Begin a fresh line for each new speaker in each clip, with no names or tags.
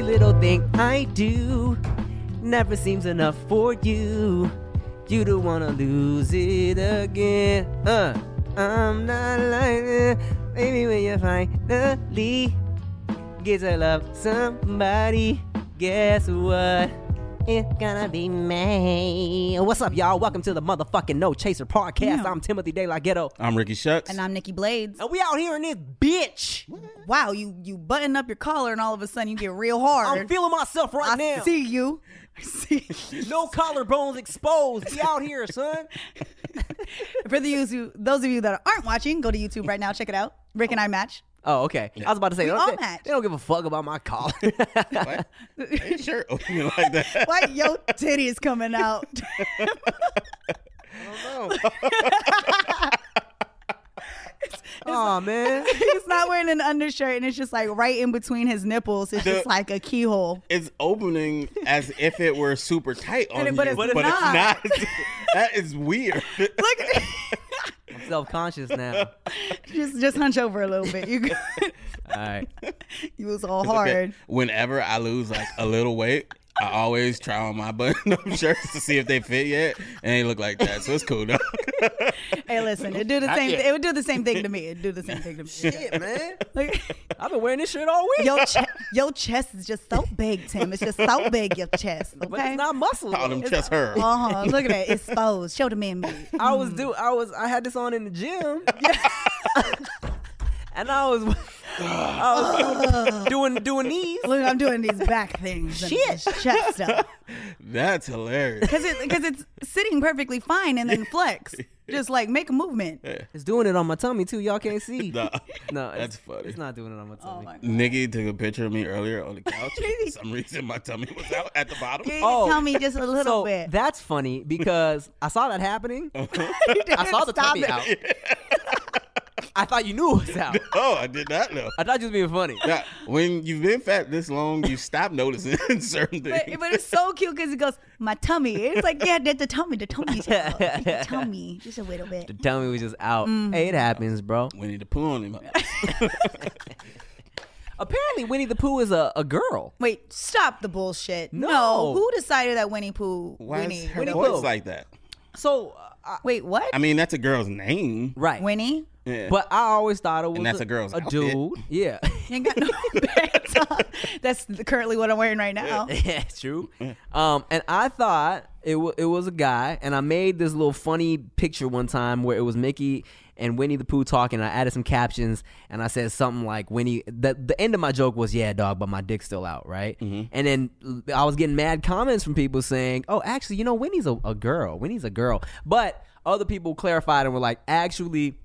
everything I do never seems enough for you. You don't wanna lose it again. Uh, I'm not like that. Maybe when you finally get to love somebody, guess what? It's gonna be me. What's up, y'all? Welcome to the motherfucking No Chaser podcast.
Yeah.
I'm Timothy De La Ghetto.
I'm Ricky Shucks.
And I'm Nikki Blades.
Oh.
And we out here in this bitch.
Wow, you you button up your collar and all of a sudden you get real hard.
I'm feeling myself right
I
now.
see you. I see. you.
No collarbones exposed. Be out here, son.
For the use you, those of you that aren't watching, go to YouTube right now. Check it out. Rick and I match.
Oh, okay. I was about to say,
We
they,
all
they
match.
don't give a fuck about my collar.
What? Why your shirt open like that?
Why yo titty is coming out?
oh, man.
He's not wearing an undershirt, and it's just like right in between his nipples. It's just
The-
like a keyhole.
It's opening as if it were super tight on
And-
you,
but it's not.
that is weird.
Look, at
I'm self conscious now.
just just hunch over a little bit. You could-
All right.
you was all
It's okay.
hard.
Whenever I lose like a little weight, I always try on my button-up shirts to see if they fit yet, and they look like that. So it's cool though.
Hey, listen, it do the
Not
same.
yet.
It would do the same thing to me. It would do the same thing to me.
Shit, man.
Like-
I've been wearing this shit all week.
Your che- your chest is just so big, Tim. It's just so big, your chest.
But
Okay.
it's not muscle.
All them
It's-
chest hair.
uh huh. Look at that. It's exposed. Show the man meat.
I was do I was I had this on in the gym. and I was I was doing doing these.
Look, I'm doing these back things. and
Shit.
this Chest stuff.
That's hilarious.
Because it, cause it's sitting perfectly fine and then flex. Just like make a movement.
It's doing it on my tummy too. Y'all can't see.
Nah,
no, it's-
that's funny.
It's not doing it on my
Oh,
tummy.
my God.
Nikki took a picture of me earlier on the couch. and For some reason, my tummy was out at the bottom.
Can you
Oh.
tell me just a little
so
bit?
that's funny because I saw that happening.
Uh-huh.
I
I
saw the tummy out. I thought you knew it was out.
Oh, I did not know.
I thought you was being funny.
Now, when you've been fat this long, you stop noticing certain things.
But, but it's so cute because it goes, my tummy. It's like, yeah, that's the tummy. The tummy's out. The tummy. Just a little bit.
The tummy was just out.
Mm-hmm.
Hey, it happens, bro.
Winnie the Pooh on him.
Apparently, Winnie the Pooh is a, a girl.
Wait, stop the bullshit. No.
No.
Who decided that Winnie Pooh?
Why
Winnie.
is her
Winnie
voice
Pooh.
like that?
So, uh, I-
Wait, what?
I mean, that's a girl's name.
right.
Winnie?
Yeah.
But I always thought it was
that's a girl's
a
outfit.
dude. Yeah.
You ain't got no pants on. That's currently what I'm wearing right now.
yeah, true. Um, and I thought it wa it was a guy, and I made this little funny picture one time where it was Mickey and Winnie the Pooh talking. I added some captions, and I said something like Winnie. The the end of my joke was yeah, dog, but my dick's still out, right? And then l- I was getting mad comments from people saying, oh, actually, you know, Winnie's a, a girl. Winnie's a girl, but other people clarified and were like, actually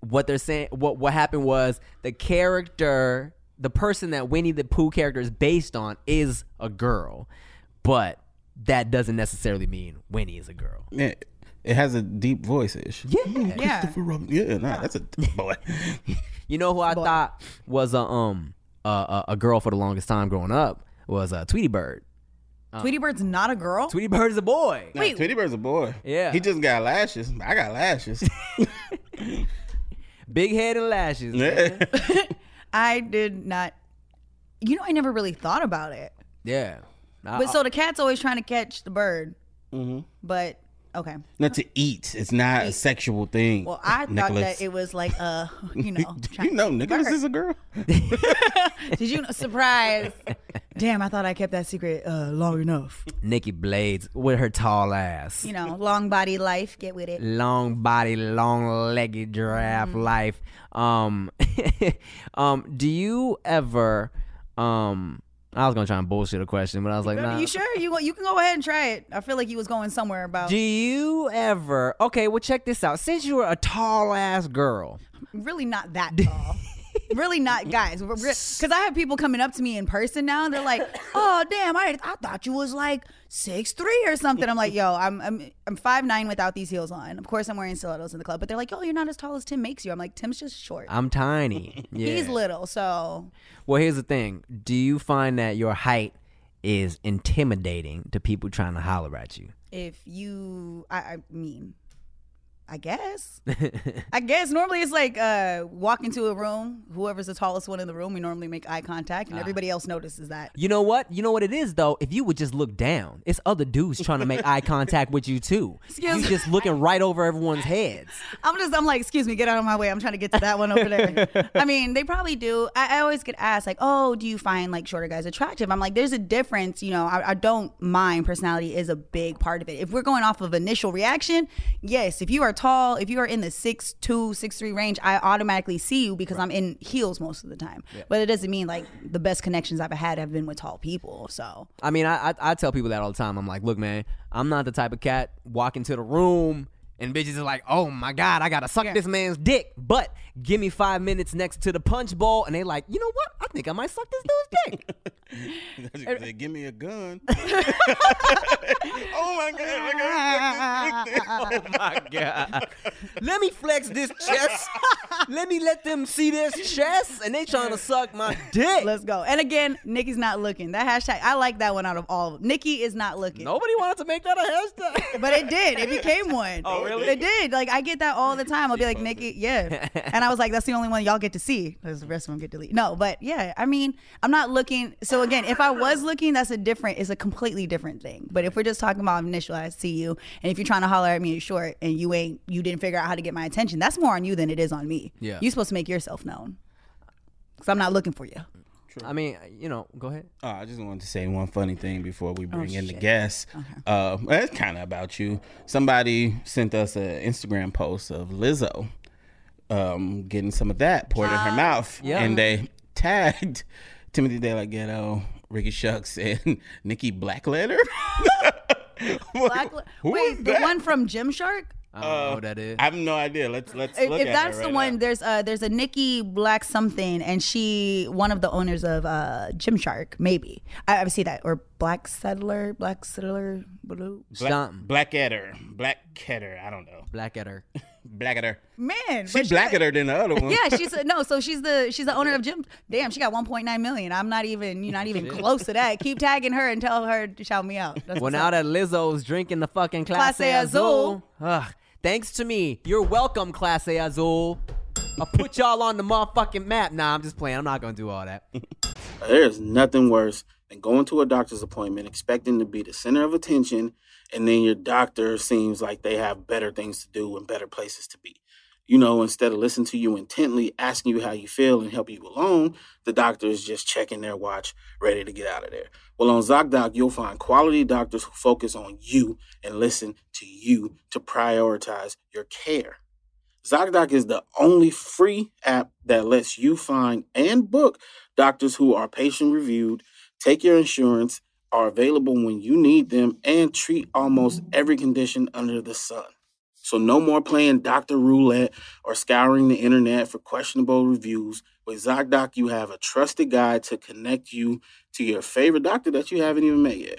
what they're saying what what happened was the character the person that Winnie the Pooh character is based on is a girl but that doesn't necessarily mean Winnie is a girl
Yeah, it has a deep voice ish.
yeah
Yeah.
Yeah, nah, that's a boy.
you know who I thought was a um a, a, a girl for the longest time growing up was uh, Tweety Bird Uh.
Tweety Bird's not a girl?
Tweety Bird is a boy
Nah,
Wait.
Tweety Bird's a boy.
Yeah.
He just got lashes. I got lashes.
big head and lashes
Yeah.
I did not. You know, I never really thought about it.
yeah Uh, I-
But so the cat's always trying to catch the bird.
Mm-hmm.
But, okay.
Not to eat. It's not a sexual thing.
Well, I thought
Nicholas.
that it was like, uh, you know.
Do
trying to
you know
catch the
Nicholas
bird.
is a girl?
Did you know? Surprise. Damn, I thought I kept that secret uh, long enough.
Nikki Blades with her tall ass
You know, long body life. Get with it.
long body, long legged giraffe
Mm-hmm.
life. Um, um, do you ever? Um, I was gonna try and bullshit a question, but I was like, nah.
You sure? You, you can go ahead and try it. I feel like you was going somewhere about.
Do you ever? Okay, well, check this out. Since you were a tall ass girl,
really not that tall. really not guys because i have people coming up to me in person now and they're like oh damn i, I thought you was like six three or something i'm like yo i'm i'm i'm five nine without these heels on of course i'm wearing stilettos in the club but they're like yo you're not as tall as tim makes you i'm like tim's just short
I'm tiny. Yeah.
he's little so
well, here's the thing. Do you find that your height is intimidating to people trying to holler at you?
if you i, I mean I guess. I guess normally it's like uh, walk into a room. Whoever's the tallest one in the room, we normally make eye contact, and everybody else notices that.
You know what? You know what it is though. If you would just look down, it's other dudes trying to make eye contact with you too.
Excuse
you
me.
just looking right over everyone's heads.
I'm just, I'm like, excuse me, get out of my way. I'm trying to get to that one over there. I mean, they probably do. I, I always get asked, like, oh, do you find like shorter guys attractive? I'm like, there's a difference. You know, I, I don't mind. Personality is a big part of it. If we're going off of initial reaction, yes, if you are tall, if you are in the six two, six three range, I automatically see you because I'm in heels most of the time. But it doesn't mean like the best connections I've had have been with tall people. So
I mean, I, I I tell people that all the time. I'm like, look, man, I'm not the type of cat walk into the room and bitches are like, oh my god, I gotta suck
Yeah.
this man's dick. But give me five minutes next to the punch bowl, and they like, you know what? I think I might suck this dude's dick.
They give me a gun. oh my god! I got a gun.
my god. Let me flex this chest. Let me let them see this chest, and they trying to suck my dick.
let's go. And again, Nikki's not looking. That hashtag, I like that one out of all of them. Nikki is not looking.
Nobody wanted to make that a hashtag.
But it did. It became one.
Oh, really?
It did. Like I get that all the time. I'll be like, Nikki, yeah. And I was like, that's the only one y'all get to see because the rest of them get deleted. No, but yeah. I mean, I'm not looking. So again, if I was looking, that's a different. It's a completely different thing. But if we're just talking about initial, I see you, and if you're trying to holler at me in short and you ain't, you didn't figure out how to get my attention. That's more on you than it is on me.
Yeah.
You're supposed to make yourself known. Cause I'm not looking for you.
I mean, you know, go ahead.
Oh, I just wanted to say one funny thing before
Oh,
we bring in the guests. Uh, well, it's kind of about you. Somebody sent us an Instagram post of Lizzo um, getting some of that poured
Ah,
in her mouth,
yeah.
and they tagged Timothy De La Ghetto, Ricky Shucks, and Nikki Blackletter.
Black,
Who
wait,
is
the
that?
one from Gymshark.
I don't know what Oh, that is.
Uh, I have no idea. Let's let's
if,
look
if
at
that's
it
the
right
one,
now.
there's uh there's a Nikki Black something, and she one of the owners of uh Gymshark, maybe I, I see that or Black Settler, Black Settler, blue
Black,
Something.
Blackadder, Blackadder. I don't know.
Black at her.
Blackadder.
man.
She Blackadder than the other one.
yeah, she's a, no. So she's the she's the owner of Gym. Damn, she got 1.9 million. I'm not even you are not even close to that. Keep tagging her and tell her to shout me out.
Well,
That's what's
now
up.
that Lizzo's drinking the fucking Class,
Clase
A Azul,
Azul.
ugh, thanks to me. You're welcome, Class A Azul. I'll put y'all on the motherfucking map. Nah, I'm just playing. I'm not going to do all that.
There is nothing worse than going to a doctor's appointment expecting to be the center of attention, and then your doctor seems like they have better things to do and better places to be. You know, instead of listening to you intently, asking you how you feel and help you along, the doctor is just checking their watch, ready to get out of there. Well, on ZocDoc, you'll find quality doctors who focus on you and listen to you to prioritize your care. ZocDoc is the only free app that lets you find and book doctors who are patient reviewed, take your insurance, are available when you need them, and treat almost every condition under the sun. So, no more playing doctor roulette or scouring the internet for questionable reviews. With ZocDoc, you have a trusted guide to connect you to your favorite doctor that you haven't even met yet.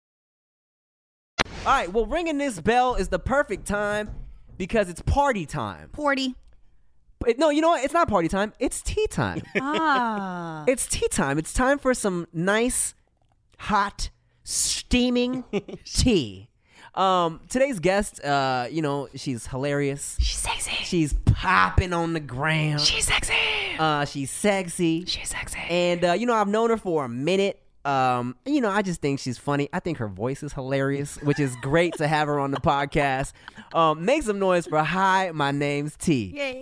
All right, well, ringing this bell is the perfect time because it's party time.
Porty.
But no, you know what? It's not party time. It's tea time.
Ah,
it's tea time. It's time for some nice, hot, steaming tea. Um, today's guest, uh, you know, she's hilarious.
she's sexy.
She's popping on the gram.
She's sexy.
Uh, she's sexy.
She's sexy.
And uh, you know, I've known her for a minute. Um, you know, I just think she's funny. I think her voice is hilarious, which is great to have her on the podcast. Um, make some noise for hi, my name's T.
Yay.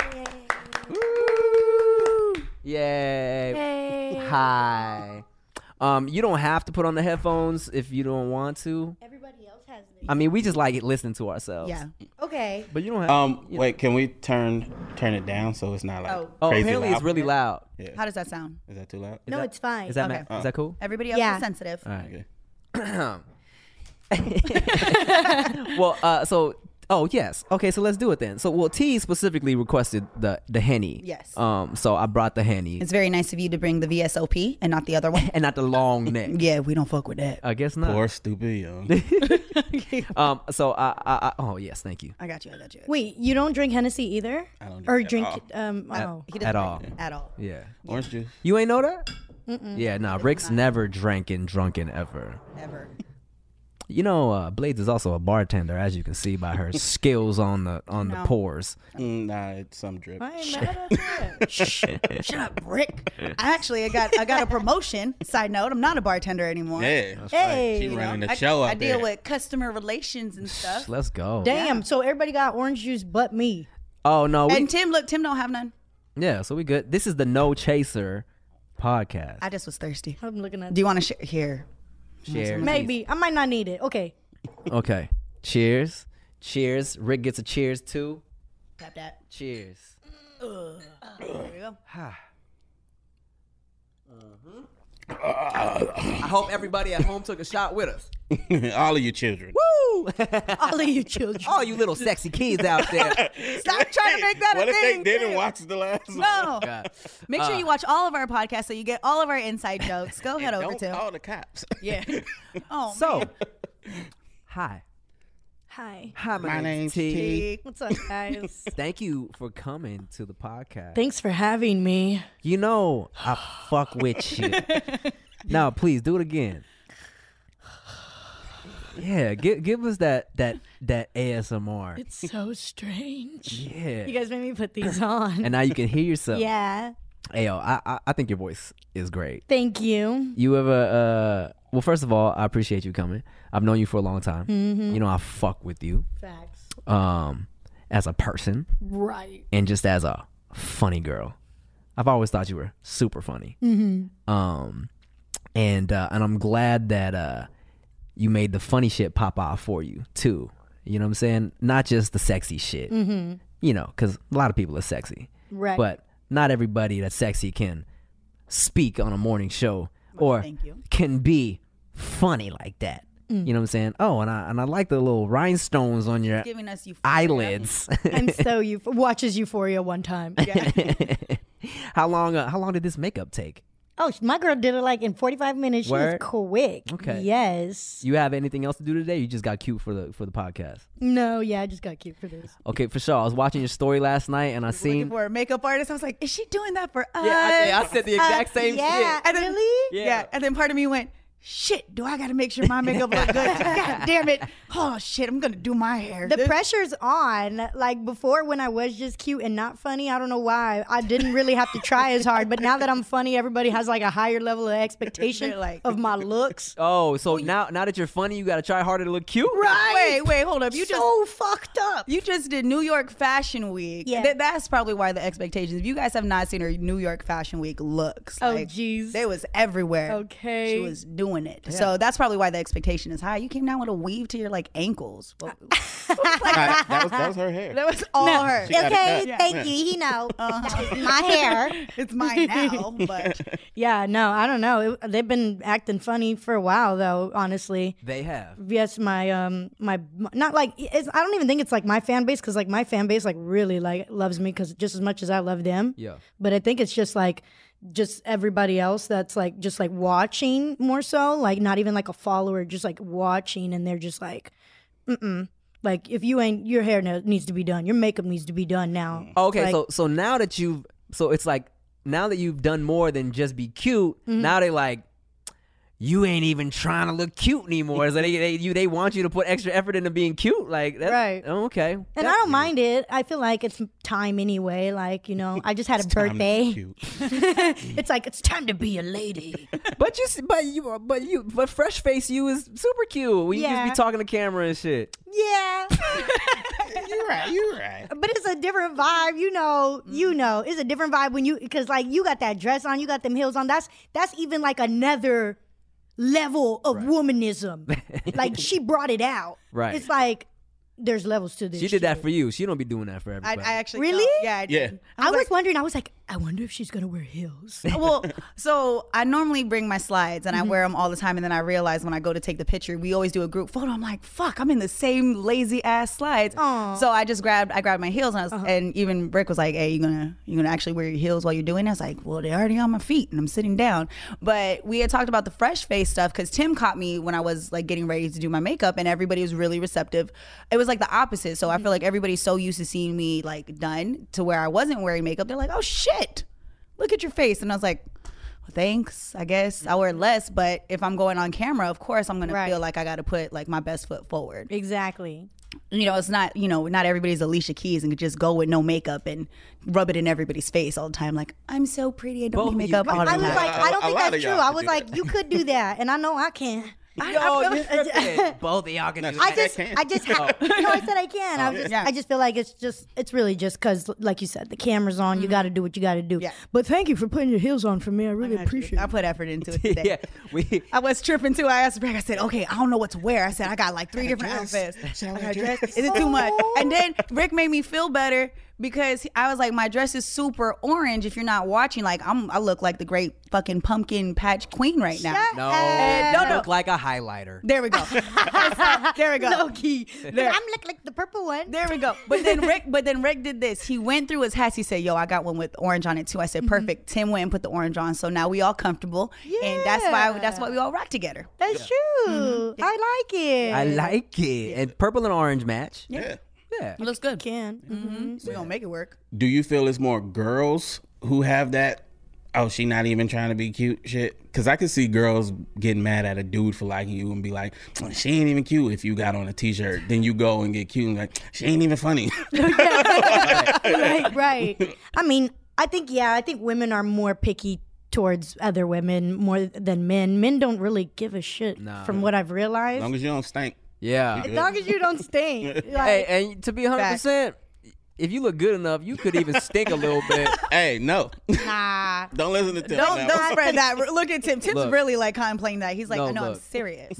Yay. Hi. Um, you don't have to put on the headphones if you don't want to.
Everybody else has them.
I mean, we just like it listening to ourselves.
Yeah.
Okay.
But you don't have
Um, wait, can we turn turn it down so it's not like
Oh.
Oh,
crazy
apparently
loud?
it's really loud.
How does that sound?
Is that too loud?
No,
that-
it's fine. Uh,
Is that
Okay.
ma- is that cool?
Everybody else
Yeah.
is
Uh,
sensitive.
All right. well, uh, so Oh yes. Okay, so let's do it then. So well, T specifically requested the the henny.
Yes.
Um. So I brought the henny
It's very nice of you to bring the VSOP and not the other one.
and not the long neck.
yeah, we don't fuck with that.
I guess not.
uh,
Poor stupid young.
Um. So I, I I oh yes, thank you.
I got you. I got you.
Wait, you don't drink Hennessy either? I
don't drink
Or
at
drink
all.
um oh.
He
At
doesn't
all.
drink At all.
Yeah.
Orange juice.
You ain't know that? Yeah. Nah. Rick's never drank and drunken ever.
Ever.
You know, uh, Blades is also a bartender, as you can see by her skills on the on the pours.
Uh,
Mm, nah, it's some drip.
I ain't mad at that.
Shut up, Rick. I actually I got I got a promotion. Side note, I'm not a bartender anymore.
Yeah, that's
Hey,
right. She
you
running the
I,
show up
I deal
there.
with customer relations and stuff.
Let's go.
Damn, so everybody got orange juice but me.
Oh no. We,
And Tim, look, Tim don't have none.
yeah. So we good. This is the No Chaser podcast.
I just was thirsty.
I'm looking at
Do you want to share here?
Cheers.
Maybe. I might not need it. Okay.
Okay. Cheers. Cheers. Rick gets a cheers too.
Tap that.
Cheers.
There you go.
Uh-huh. I hope everybody at home took a shot with us.
All of you children.
All of you children.
All you little sexy kids out there.
Stop trying to make that
what
a
if
thing.
they didn't
Tim.
watch the last one?
No. Make
Uh.
sure you watch all of our podcasts so you get all of our inside jokes. Go head over
Don't
to.
call the cops.
Yeah.
Oh,
So, hi.
Hi.
Hi, my,
My
name's
name's
T.
T.
What's up, guys?
Thank you for coming to the podcast.
Thanks for having me.
you know I fuck with you. now, please do it again. Yeah, give give us that that that ASMR.
It's so strange.
Yeah.
You guys made me put these on.
and now you can hear yourself.
yeah.
Ayo, I, I I think your voice is great.
Thank you.
You ever uh well first of all, I appreciate you coming. I've known you for a long time. You know I fuck with you.
Mm-hmm. Facts.
Um as a person
Right.
and just as a funny girl. I've always thought you were super funny. Mm-hmm. Um and uh and I'm glad that uh you made the funny shit pop off for you too. You know what I'm saying? Not just the sexy shit. Mm-hmm. You know, cuz a lot of people are sexy.
Right.
But not everybody that's sexy can speak on a morning show or
thank you.
can be funny like that. You know what I'm saying? Oh, and I and I like the little rhinestones on your
giving us you
eyelids.
I'm so you watches Euphoria one time.
how long uh, how long did this makeup take?
Oh, my girl did it like in 45 minutes. She
Word.
was quick.
Okay.
Yes.
You have anything else to do today? You just got cute for the for the podcast.
No, yeah, I just got cute for this.
Okay, for sure. I was watching your story last night and I
Looking
seen
for a makeup artist. I was like, is she doing that for us?
said the
exact same yeah. shit.
And then, really? Yeah.
Yeah.
And then part of me went, shit, do I got to make sure my makeup look good? God damn it. Oh, shit, I'm going to do my hair.
The
This-
pressure's on. Like before, when I was just cute and not funny, I don't know why. I didn't really have to try as hard. But now that I'm funny, everybody has like a higher level of expectation
They're like-
of my looks.
Oh, so now now that you're funny, you got to try harder to look cute?
Wait, wait, hold up. You just
so fucked up.
You just did New York Fashion Week.
Yeah.
Th- that's probably why the expectations. If you guys have not seen her New York Fashion Week looks,
Oh,
like,
jeez.
they was everywhere.
Okay.
she was doing it. So that's probably why the expectation is high. You came down with a weave to your like ankles.
Uh,
Well,
that, that was, that was her hair.
that was all her. Uh-huh.
She got it
okay,
cut.
thank
Yeah.
you. He know That was my hair.
It's mine now, but
Yeah, no, I don't know. It- they've been acting funny for a while, though. Honestly,
They have.
yes, my um, my my- not like it's, I don't even think it's like my fan base because like my fan base like really like loves me because just as much as I love them.
Yeah.
but I think it's just like just everybody else that's like just like watching more so like not even like a follower just like watching and they're just like mm like if you ain't your hair ne- needs to be done your makeup needs to be done now
Okay,
Like-
so so now that you've so it's like now that you've done more than just be cute,
Mm-hmm.
now they like you ain't even trying to look cute anymore. so they, they you they want you to put extra effort into being cute, like that,
Right.
oh, Okay,
and I don't mind it I feel like it's time anyway like you know I just had a birthday it's like it's time to be a lady
but you s- but you but you but fresh face you is super cute. We just
Yeah.
be talking to camera and shit.
yeah
You're right. You're right.
But it's a different vibe, you know. You know, it's a different vibe when you because like you got that dress on, you got them heels on. That's that's even like another level of womanism. like she brought it out.
Right.
It's like there's levels to this.
She did that
shit.
for you. She don't be doing that for
I, I
everybody.
actually
Really?
felt- yeah I
Yeah.
did.
I was wondering. I was like, I wonder if she's gonna wear heels.
well, so I normally bring my slides and I wear them all the time. And then I realize when I go to take the picture, we always do a group photo. I'm like, fuck, I'm in the same lazy ass slides. So I just grabbed, I grabbed my heels and I was, and even Rick was like, hey, you gonna, you gonna actually wear your heels while you're doing this? I was like, well, they're already on my feet and I'm sitting down. But we had talked about the fresh face stuff because Tim caught me when I was like getting ready to do my makeup and everybody was really receptive. It was like the opposite. So I feel like everybody's so used to seeing me like done to where I wasn't wearing makeup. They're like, oh shit look at your face. And I was like, well, thanks, I guess. I wear less, but if I'm going on camera, of course I'm going to
Right.
feel like I got to put like my best foot forward.
exactly.
You know, it's not, you know, not everybody's Alicia Keys and could just go with no makeup and rub it in everybody's face all the time. Like, I'm so pretty. I don't
Both of
need
you
makeup
could
all the
I
time.
was like,
A-
I don't
a
think
lot of
that's true.
y'all
I
could
was
do
like,
that.
you could do that, and I know I can.
Yo, you're scripted. Both of y'all can do
I
that.
just,
can.
I just, ha- no, I said I can. I was just,
Oh, Yeah.
I just feel like it's just, it's really just because, like you said, the camera's on. You got to do what you got to do.
Mm-hmm. Yeah.
But thank you for putting your heels on for me. I really appreciate
I
it.
put effort into it today.
yeah, we
I was tripping too. I asked Greg, I said, okay, I don't know what to wear. I said, I got like three different
dress.
outfits.
Should I
I
wear
got
a
a dress.
dress?
Is it too much? And then Rick made me feel better because I was like, my dress is super orange. If you're not watching, like I'm I look like the great fucking pumpkin patch queen right now.
Shut
no,
up.
No, no.
look like a highlighter.
There we go. there we go.
Low key.
There.
I'm like, like the purple one.
There we go. But then Rick, but then Rick did this. He went through his hats. He said, "Yo, I got one with orange on it too." I said, "Perfect." Tim went and put the orange on, so now we all comfortable, and that's why that's why we all rock together.
That's true.
Mm-hmm.
I like it.
I like it. And purple and orange match.
Yeah.
Yeah.
It looks good. Mm-hmm.
can. Mhm.
We gonna make it work.
Do you feel it's more girls who have that? Oh, she not even trying to be cute shit. Cause I could see girls getting mad at a dude for liking you and be like, "Mm, she ain't even cute if you got on a t shirt. Then you go and get cute and like, she ain't even funny.
right, Mm-hmm. right. I mean, I think yeah, I think women are more picky towards other women more than men. Men don't really give a shit, from what I've realized.
as long as you don't stink.
Yeah.
As long as you don't stink,
Hey,
like,
and to be 100%, if you look good enough, you could even stink a little bit.
Hey, no.
nah.
don't listen to Tim.
Don't
now.
don't spread that. Look at Tim. Tim's
Look.
really like contemplating that. He's like,
No,
no, I'm
look.
serious.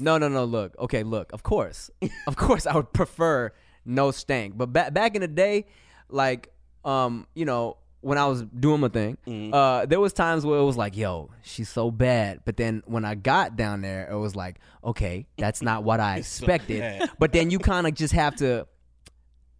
No, no, no. Look, okay, look. Of course, of course, I would prefer no stank. But back back in the day, like, um, you know, when I was doing my thing,
Mm-hmm.
uh, there was times where it was like, "Yo, she's so bad." But then when I got down there, it was like, "Okay, that's not what I expected."
bad.
but then you kind of just have to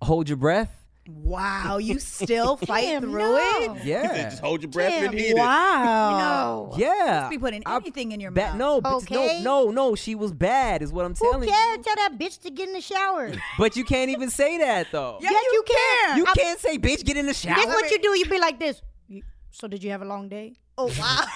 hold your breath.
Wow, you still fight
Damn,
through
no.
it?
He said,
Yeah.
Just hold your breath
Damn,
and eat it.
wow.
Yeah.
Be putting
I-
anything in your
Ba-
mouth.
no, but
Okay.
no, no, no. She was bad, is what I'm
Who
telling
cares?
you.
Tell that bitch to get in the shower.
But you can't even say that though.
Yeah, you, can.
You can't say, bitch, get in the shower.
That's what you do. You be like this. You- So did you have a long day?
Oh wow.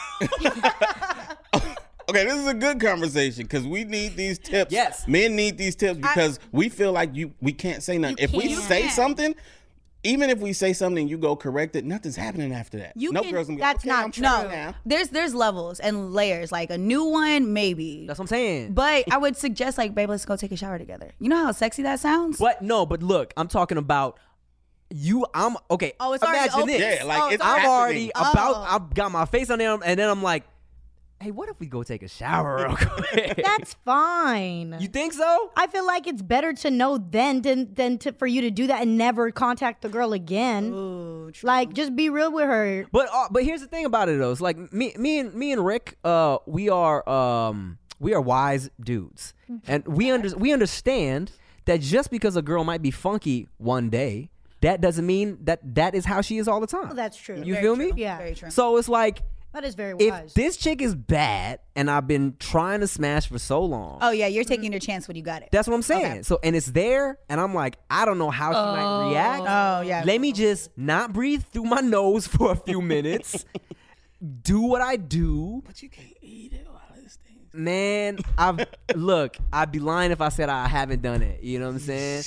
Okay, this is a good conversation because we need these tips.
Yes.
men need these tips because we feel like you we can't say nothing. If we
can't.
say something, even if we say something, you go correct it. Nothing's happening after that.
You
no
can-
girls. Gonna be like,
that's
okay,
not
I'm
true.
trying
no,
Now.
there's there's levels and layers. Like a new one, maybe.
That's what I'm saying.
But I would suggest, like, babe, let's go take a shower together. You know how sexy that sounds?
But no, but look, I'm talking about you. I'm okay.
Oh, it's already
imagine
open.
this.
Yeah, like
Oh,
it's
it's
I'm
happening.
already about.
Oh.
I've got my face on them, and then I'm like, hey, what if we go take a shower real quick?
That's fine.
you think so?
I feel like it's better to know then than than to, for you to do that and never contact the girl again. Like just be real with her.
But uh, but here's the thing about it though. It's like me me and me and Rick, uh, we are um we are wise dudes, and we under we understand that just because a girl might be funky one day, that doesn't mean that that is how she is all the time.
That's true.
you feel me?
Yeah.
Very true.
So it's like
That is very wise.
if this chick is bad and I've been trying to smash for so long,
oh yeah, you're taking your chance when you got it.
that's what I'm saying. So and it's there, and I'm like, I don't know how she might react.
Oh, yeah.
Let me just not breathe through my nose for a few minutes. do what I do,
But you can't eat it. All this thing.
man. I've look. I'd be lying if I said I haven't done it. You know what I'm saying?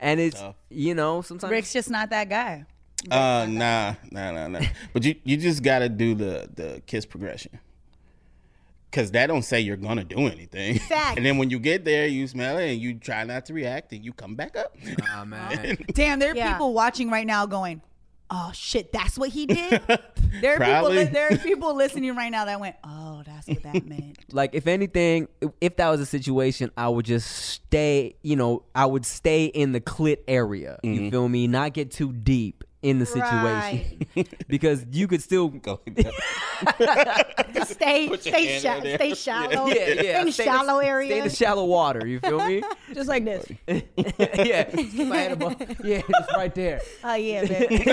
And it's you know sometimes
Rick's just not that guy.
Uh, nah, nah, nah, nah. but you you just gotta do the the kiss progression. Cause that don't say you're gonna do anything.
Facts.
And then when you get there, you smell it and you try not to react and you come back up.
Nah, man.
Damn, there are
Yeah.
people watching right now going, "Oh shit, that's what he did." there are
Probably.
people. There are people listening right now that went, "Oh, that's what that meant."
Like if anything, if that was a situation, I would just
Mm-hmm.
stay. You know, I would stay in the clit area. You feel me? Not get too deep. in the situation because you could still
Go like that.
Just stay, stay,
hand
sha-
in there.
stay shallow.
yeah, yeah.
In
stay
shallow
stay
area.
in the shallow water. You feel me?
Just like this.
yeah, Just my head above- yeah, just right there.
Oh yeah, baby.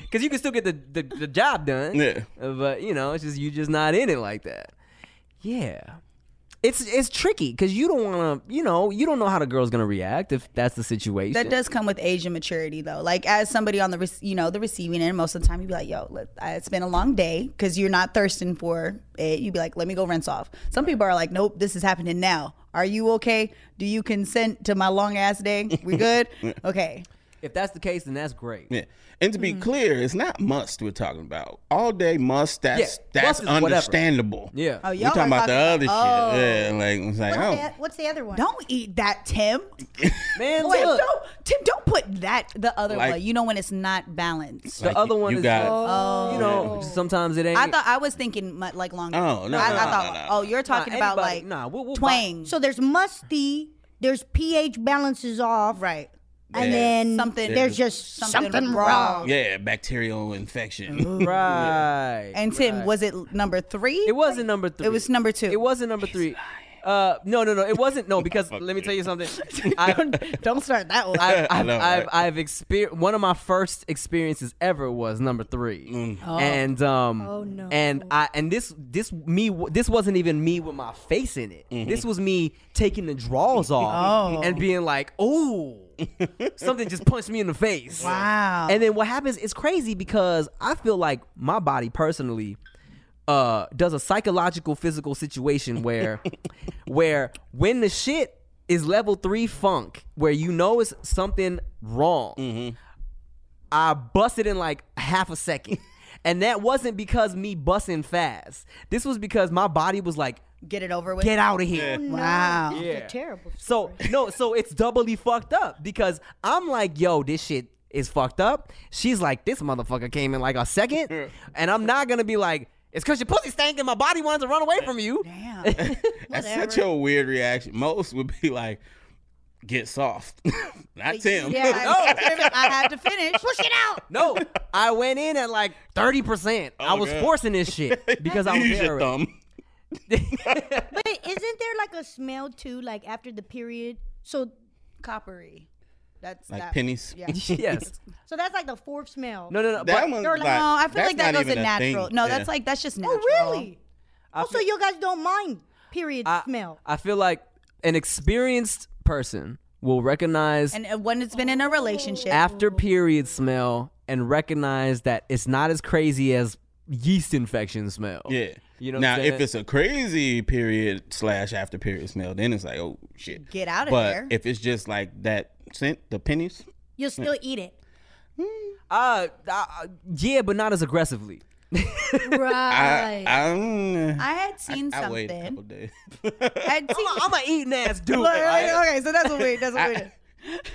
Because you can still get the, the, the job done.
Yeah.
Uh, But you know, it's just you just not in it like that. Yeah. It's it's tricky because you don't want to. You know, you don't know how the girl's gonna react if that's the situation.
That does come with age and maturity, though. Like as somebody on the rec- you know the receiving end, most of the time you'd be like, "Yo, let, I- it's been a long day," because you're not thirsting for it. You'd be like, "Let me go rinse off." Some people are like, "Nope, this is happening now. Are you okay? Do you consent to my long ass day? We good? okay."
If that's the case, then that's great.
Yeah. And to be
Mm-hmm.
clear, it's not must we're talking about. All day must. That's
Yeah,
that's
must is whatever.
understandable.
Yeah.
Oh,
we
y'all
talking
are
about the
talking
other
about-
shit. Yeah, like it's like
What's,
oh,
the, what's the other one?
Don't eat that, Tim.
Man,
Tim,
look,
don't, Tim, don't put that the other
Like-
way. You know when it's not balanced.
the
Like,
other one
you
is
got-
uh, you know sometimes it ain't.
Oh. I thought I was thinking mu- like long.
Oh, no,
I,
no,
I
no,
thought,
no, Uh, no.
oh, you're talking
Nah,
about
anybody-
like
nah, we'll- we'll buy-
twang,
So there's musty. There's pH balances off,
right?
and
Yeah.
then
Something-
There's just
something
something,
wrong.
wrong.
yeah, bacterial
Mm-hmm.
infection.
right.
And Tim, was it number three?
It wasn't number three.
It was number two.
It wasn't number three. Uh, no, no, no. It wasn't. No, because let me tell you something. I,
Don't start that one.
I've, I've,
know,
I've,
right?
I've experienced one of my first experiences ever was number three,
Mm.
and um,
Oh, no.
and I and this this me this wasn't even me with my face in it.
Mm-hmm.
This was me taking the drawers off
Oh.
and being like, oh, something just punched me in the face.
Wow.
And then what happens is crazy because I feel like my body personally uh does a psychological physical situation where where when the shit is level 3 funk where you know it's something wrong I busted in like half a second. and that wasn't because me busting fast. This was because my body was like,
Get it over with.
get out of here.
Wow.
It's
Yeah.
a terrible.
So no, so it's doubly fucked up because I'm like, yo, this shit is fucked up. She's like, this motherfucker came in like a second, and I'm not gonna be like, it's cause your pussy stank and my body wanted to run away from you.
Damn.
that's such a weird reaction. Most would be like, get soft. Not Tim.
Yeah.
I, I had to finish. Push it out.
No, I went in at like thirty percent. I was
Oh God.
forcing this shit because I was
Use your
there. already.
thumb.
But isn't there like a smell too, like after the period? So,
Coppery. That's
Like
that.
pennies.
Yeah.
Yes.
so that's like the fourth smell.
No, no, no.
That
but-
one's
they're
like,
like,
No, I feel
that's
like that
not
goes in
even a thing.
natural. No,
Yeah.
that's like that's just natural.
Oh, really?
I
also,
feel-
you guys don't mind period
I-
smell.
I feel like an experienced person will recognize
And uh, when it's been in a relationship,
after period smell and recognize that it's not as crazy as yeast infection smell.
Yeah.
You know what
now,
I'm
if
saying?
it's a crazy period slash after period smell, then it's like, oh shit,
Get outta
but
there.
if it's just like that scent, the pennies,
You'll still eat it.
Uh, uh, yeah, but not as aggressively.
I,
Right.
I'm,
I had seen
I waited a couple
something.
days.
I had seen.
I'm a eating ass dude.
Look, okay, okay, so that's what we. That's what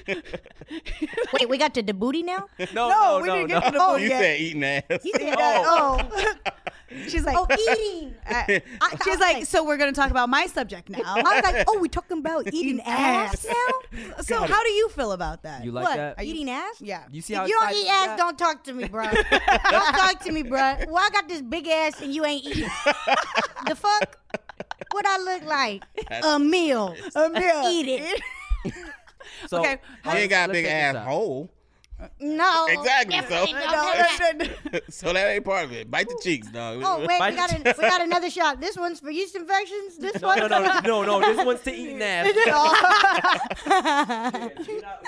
we. Did.
Wait, we got to the booty now?
no,
No,
no,
we
no,
didn't
no.
get to the booty
you
yet.
said eating ass.
He said,
Oh. She's like,
oh, eating.
I-
I-
she's like, so we're gonna talk about my subject now.
I was like, oh, we talking about eating ass now?
So how do you feel about that?
You like
What?
that?
Are you eating ass?
yeah.
You see
If
how
you don't
excited
eat ass,
got?
don't talk to me, bro. don't talk to me, bro. Well, I got this big ass and you ain't eating. the fuck? What I look like? A meal.
A meal.
Eat it.
So,
okay,
You ain't got
let's
a big
take this out.
asshole,
No.
Oh,
Exactly,
Definitely
so-
don't do
No,
that.
no, no, no.
so that ain't part of it. Bite the cheeks, dog.
Oh wait,
Bite
we got,
the
an, we got another shot. This one's for yeast infections. This one's
No, no, no, no. This one's to eating ass.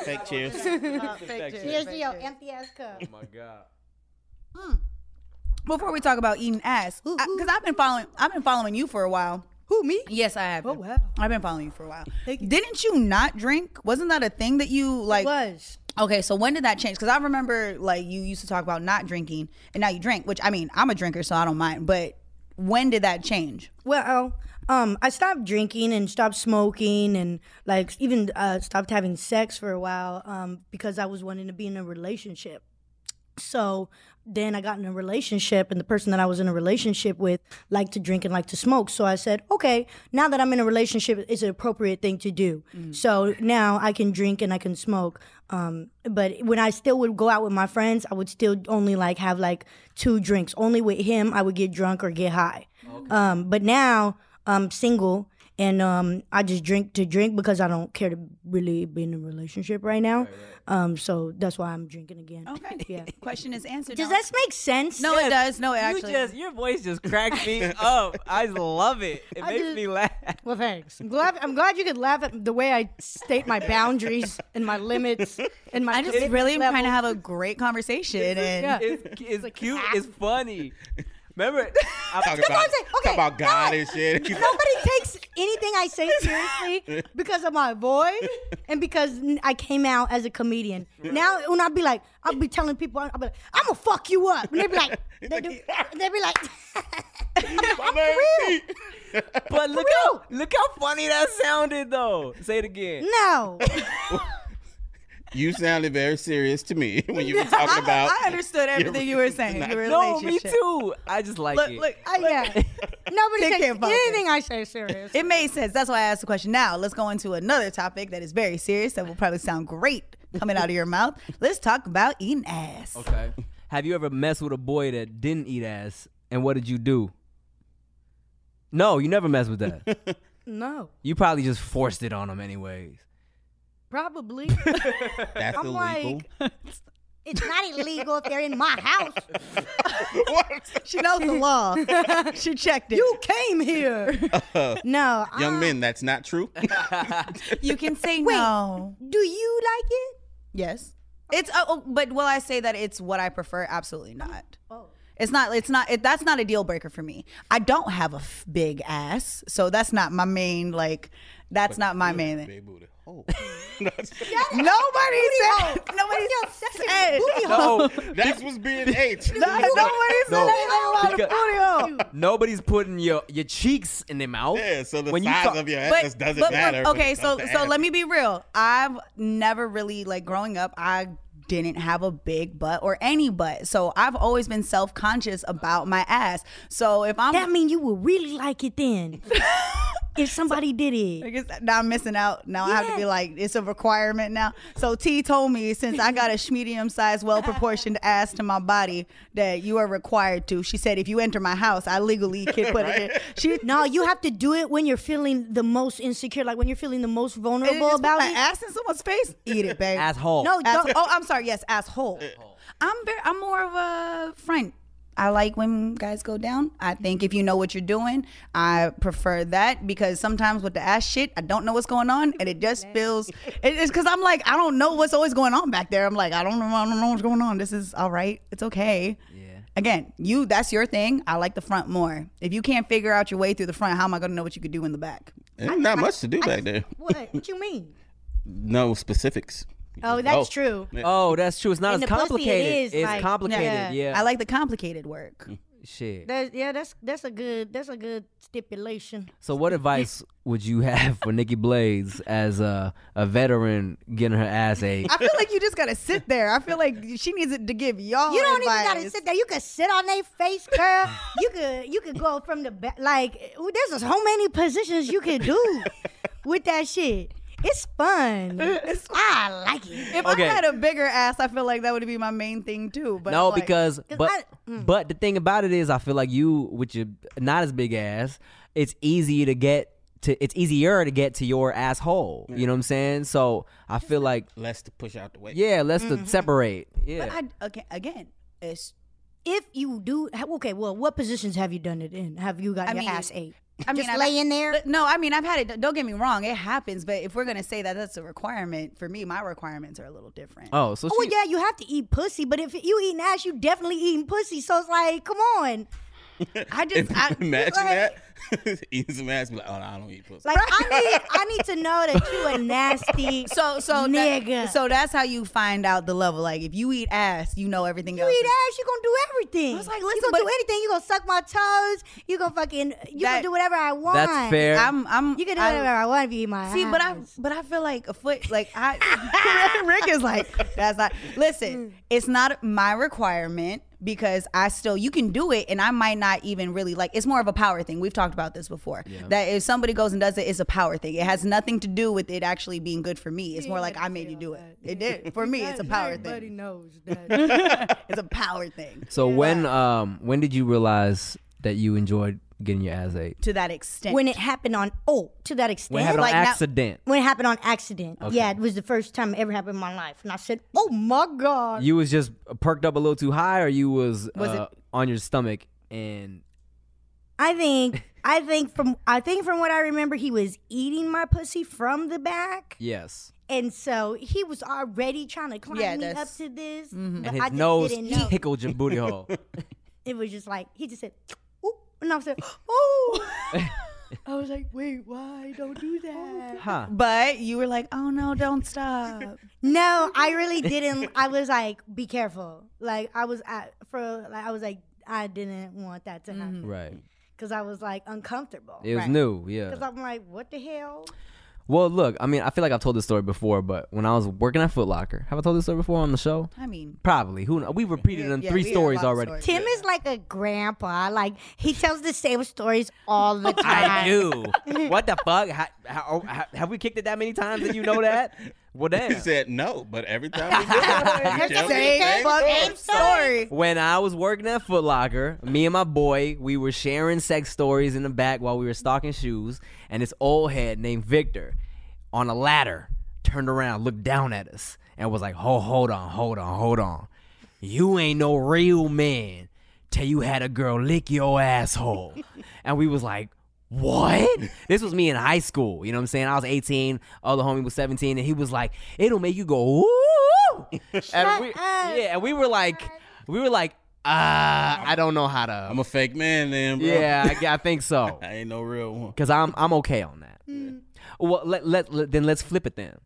Fake cheers.
Here's to your empty ass cup.
Oh my god.
Before we talk about eating ass, because I've been following, I've been following you for a while.
Who me?
Yes, I have. Oh
wow.
I've been following you for a while.
Thank you.
Didn't you not drink? Wasn't that a thing that you like?
Was
Okay, so when did that change? Because I remember like you used to talk about not drinking, and now you drink. Which I mean, I'm a drinker, so I don't mind. But when did that change?
well, um, I stopped drinking and stopped smoking and like even uh, stopped having sex for a while um, because I was wanting to be in a relationship. So then I got in a relationship, and the person that I was in a relationship with liked to drink and liked to smoke. So I said, okay, now that I'm in a relationship, it's an appropriate thing to do. So now I can drink and I can smoke. Um, but when I still would go out with my friends, I would still only like have like two drinks. Only with him, I would get drunk or get high. Um, but now I'm single and um, I just drink to drink because I don't care to really be in a relationship right now. Um, so that's why I'm drinking again.
Okay. Question is answered.
Does
now.
this make sense?
No, it does. No, it
You
actually.
just your voice just cracked me up. I just love it. It makes
just-
me laugh.
Well, thanks. I'm glad, I'm glad you could laugh at the way I state my boundaries and my limits and my.
I just really am trying to have a great conversation and
Yeah.
It's, it's cute. It's funny. Remember, I,
Talk about,
saying.
talk
Okay,
about God
no,
and shit.
Nobody takes anything I say seriously because of my voice and because n- I came out as a comedian. Now, when I be like, I'll be telling people, I'll be like, I'm gonna fuck you up. And they be like, they do, they be like, I'm real.
but look
real.
how look how funny that sounded though. Say it again.
No.
You sounded very serious to me when you were talking about.
I understood everything you were saying.
You're-
Your
No, me
relationship.
too. I just like
Look,
it.
look,
I, Uh, yeah. Nobody
They
takes
can't fuck with
anything I say serious.
it made sense. That's why I asked the question. Now let's go into another topic that is very serious that will probably sound great coming out of your mouth. Let's talk about eating ass.
Okay. Have you ever messed with a boy that didn't eat ass, and what did you do? No, you never messed with that.
No,
you probably just forced it on him, anyways.
probably.
That's
I'm
illegal.
like, uh, it's not illegal if they're in my house.
She knows the law. she checked it.
You came here. no,
Young
I-
men, that's not true.
You can say
Wait.
no.
Do you like it?
Yes. It's oh, oh, but will I say that it's what I prefer? Absolutely not.
Oh.
It's not. It's not. It, that's not a deal breaker for me. I don't have a f- big ass, so that's not my main. Like, that's not my main. thing.
Big booty. Oh.
Nobody said. Nobody said.
No,
That's what's being ate.
Nobody said
No.
anything about
Because-
the booty hole.
nobody's putting your your cheeks in their mouth.
Yeah, so the
When you
size
talk-
of your
But-
ass doesn't
but- but-
matter. when
okay,
it
so
comes to
so
ass.
let me be real. I've never really like growing up. I didn't have a big butt or any butt, so I've always been self conscious about my ass. So if I'm
That mean you would really like it then. if somebody did
I
it.
guess now I'm missing out. Now I have to
Yeah.
be like, it's a requirement now. So T told me since I got a medium sized, well proportioned ass to my body, that you are required to. She said, if you enter my house, I legally can put it in. She
No, you have to do it when you're feeling the most insecure, like when you're feeling the most
Just
vulnerable
put
about
my
it.
ass in someone's face. Eat it, babe.
Asshole.
No,
Ass-
don't.
oh, I'm sorry. Yes, asshole. I'm very, I'm more of a friend. I like when guys go down. I think if you know what you're doing, I prefer that because sometimes with the ass shit, I don't know what's going on, and it just feels. It is because I'm like I don't know what's always going on back there. I'm like I don't know. I don't know what's going on. This is all right. It's okay.
Yeah.
Again, you that's your thing. I like the front more. If you can't figure out your way through the front, how am I going to know what you could do in the back?
There's not much to do back there.
What? What you mean?
No specifics.
Oh, that's true.
Oh, that's true. It's not as
In the pussy, it
complicated.
is,
it's
like-
complicated.
Yeah.
Yeah.
I like the complicated work.
Shit.
That, yeah, that's that's a good that's a good stipulation.
So, what advice would you have for Nikki Blades as a, a veteran getting her ass ate?
I feel like you just gotta sit there. I feel like she needs it to give y'all.
You don't even gotta
advice.
sit there. You could sit on their face, girl. you could you could go from the back. Like ooh, there's so many positions you could do with that shit. It's fun. I like it.
If
Okay.
I had a bigger ass, I feel like that would be my main thing too. But
no,
like-
because but
I-
but the thing about it is, I feel like you with your not as big ass, it's easy to get to. It's easier to get to your asshole. You know what I'm saying? So I feel like
Less to push out the way.
yeah, let's to separate. Yeah,
but I, okay, again, it's.
If you do ha- okay, well, what positions have you done it in? Have you got
I
your
mean,
ass ate?
I mean,
Just
I've-
lay in there.
No, I mean I've had it. Don't get me wrong, it happens. But if we're gonna say that that's a requirement for me, my requirements are a little different.
Oh, so she,
Oh well, yeah, you have to eat pussy, but if you eating ass, you definitely eating pussy. So it's like, come on,
I just I,
Imagine
like,
that. Eating some ass, be like, oh, no, I don't eat pussy.
Like I need, I need to know that you a nasty.
So so that-
Nigga.
so that's how you find out the level. Like if you eat ass, you know everything
you
else.
eat ass, you gonna do everything.
I was like,
you
listen,
gonna do
but-
anything. You gonna suck my toes. You gonna fucking, you
That-
gonna do whatever I want.
That's fair.
I'm I'm
You can do
I-
whatever I, want if you eat my
See, but I
ass.
but I feel like a foot like I Rick is like that's not.
Mm.
Listen, it's not my requirement because I still you can do it and I might not even really like it's more of a power thing. We've talked about this before. That if somebody goes and does it, it's a power thing. It has nothing to do with it actually being good for me. It's more like I made you do it. It did for me. It's a power
Everybody
thing.
knows that.
It's a power thing
So when um when did you realize that you enjoyed getting your ass ate?
to that extent.
when it happened on, oh, to that extent.
When it happened
Like
on
now-
accident,
when it happened on accident. Yeah, it was the first time it ever happened in my life. And I said, oh my God.
you was just perked up a little too high, or you was,
Was
uh, on your stomach and
I think, I think from, I think from what I remember, he was eating my pussy from the back.
yes,
And so he was already trying to climb
Yeah,
me up
that's-
to this. But
and his
I just
nose
didn't know.
tickled your booty hole.
It was just like, he just said, Ooh. and I said, oh. I was like, wait, why? Don't do that.
huh?
but you were like, oh no, don't stop.
No, I really didn't. I was like, be careful. Like I was at for like I was like I didn't want that to happen
Right.
because I was like uncomfortable.
Mm-hmm. It was
Right.
new.
Because
Yeah.
I'm like, what the hell?
Well, look. I mean, I feel like I've told this story before, but when I was working at Foot Locker, have I told this story before on the show?
I mean,
Probably. Who? kn- We repeated it in
yeah,
three
we had a
stories
lot of
already.
stories.
Tim is like a grandpa. Like he tells the same stories all the time.
I do. what the fuck? How, how, how, have we kicked it that many times that you know that? Well,
He
damn.
said no, but every time we do it, you tell me the
same
same
fucking
story.
story.
When I was working at Foot Locker, me and my boy, we were sharing sex stories in the back while we were stocking shoes, and this old head named Victor on a ladder turned around, looked down at us, and was like, "Oh, hold on, hold on, hold on. You ain't no real man till you had a girl lick your asshole." and we was like, what? This was me in high school. You know what I'm saying? I was 18. Other homie was 17, and he was like, "It'll make you go ooh." and we,
up.
yeah, and we were like, we were like, uh, I don't know how to.
I'm a fake man, then, bro.
yeah, I, I think so.
I ain't no real one.
Cause I'm I'm okay on that.
Hmm.
Well, let, let let- then let's flip it then.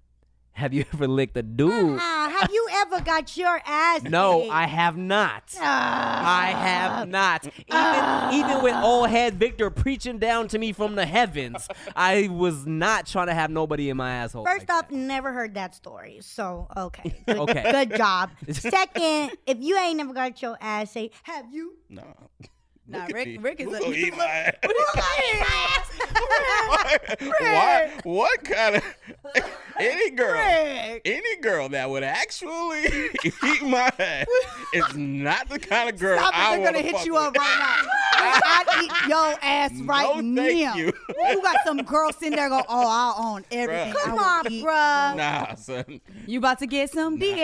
Have you ever licked a dude?
Ah, have you ever got your ass?
No,
kicked?
I have not.
Ah.
I have not. Even, even with old head Victor preaching down to me from the heavens, I was not trying to have nobody in my asshole.
First
like
off,
that.
never heard that story. So okay, good,
Okay.
good job. Second, if you ain't never got your ass ate, have you?
No.
Nah,
Look at
Rick-
me.
Rick is
Who
a-
gonna eat my ass?
Why?
Why? What kind of any girl? Any girl that would actually eat my ass is not the kind of girl
Stop it.
I
They're
want
gonna
to
hit
fuck
you
with.
up right now. I eat your ass right
No, thank
now.
you.
You got some girl sitting there going, "Oh, I own everything."
Bruh.
I
Come
will
on,
eat."
bruh.
Nah, son.
You about to get some DM?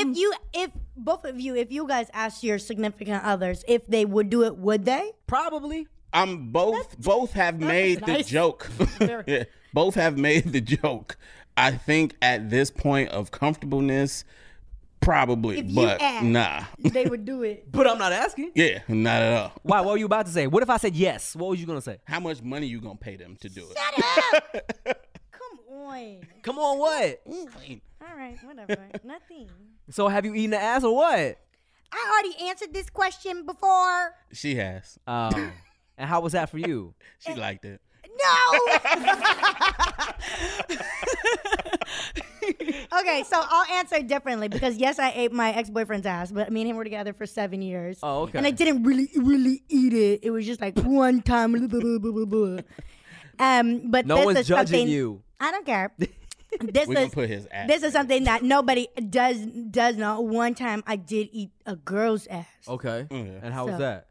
If, if you, if both of you, if you guys asked your significant others if they would do it, would they?
probably.
I'm both. both have made the joke. Yeah, both have made the joke. I think at this point of comfortableness, probably,
If you
but
ask.
nah.
They would do it.
But I'm not asking.
Yeah, not at all.
Why? What were you about to say? What if I said yes? What was you gonna say?
How much money you gonna pay them to do it?
Shut up! Come on.
Come on, what?
All right, whatever. Nothing.
So have you eaten the ass or what?
I already answered this question before.
She has.
Um, and how was that for you?
She liked it.
No. okay, so I'll answer differently because yes, I ate my ex boyfriend's ass, but me and him were together for seven years.
Oh, okay.
And I didn't really, really eat it. It was just like one time. blah, blah, blah, blah, blah. Um, but
No
this
one's
is
judging
something,
you.
I don't care. This
We're gonna
is
put his ass.
this is something that nobody does does know. One time, I did eat a girl's ass.
Okay. And how was
So-
that?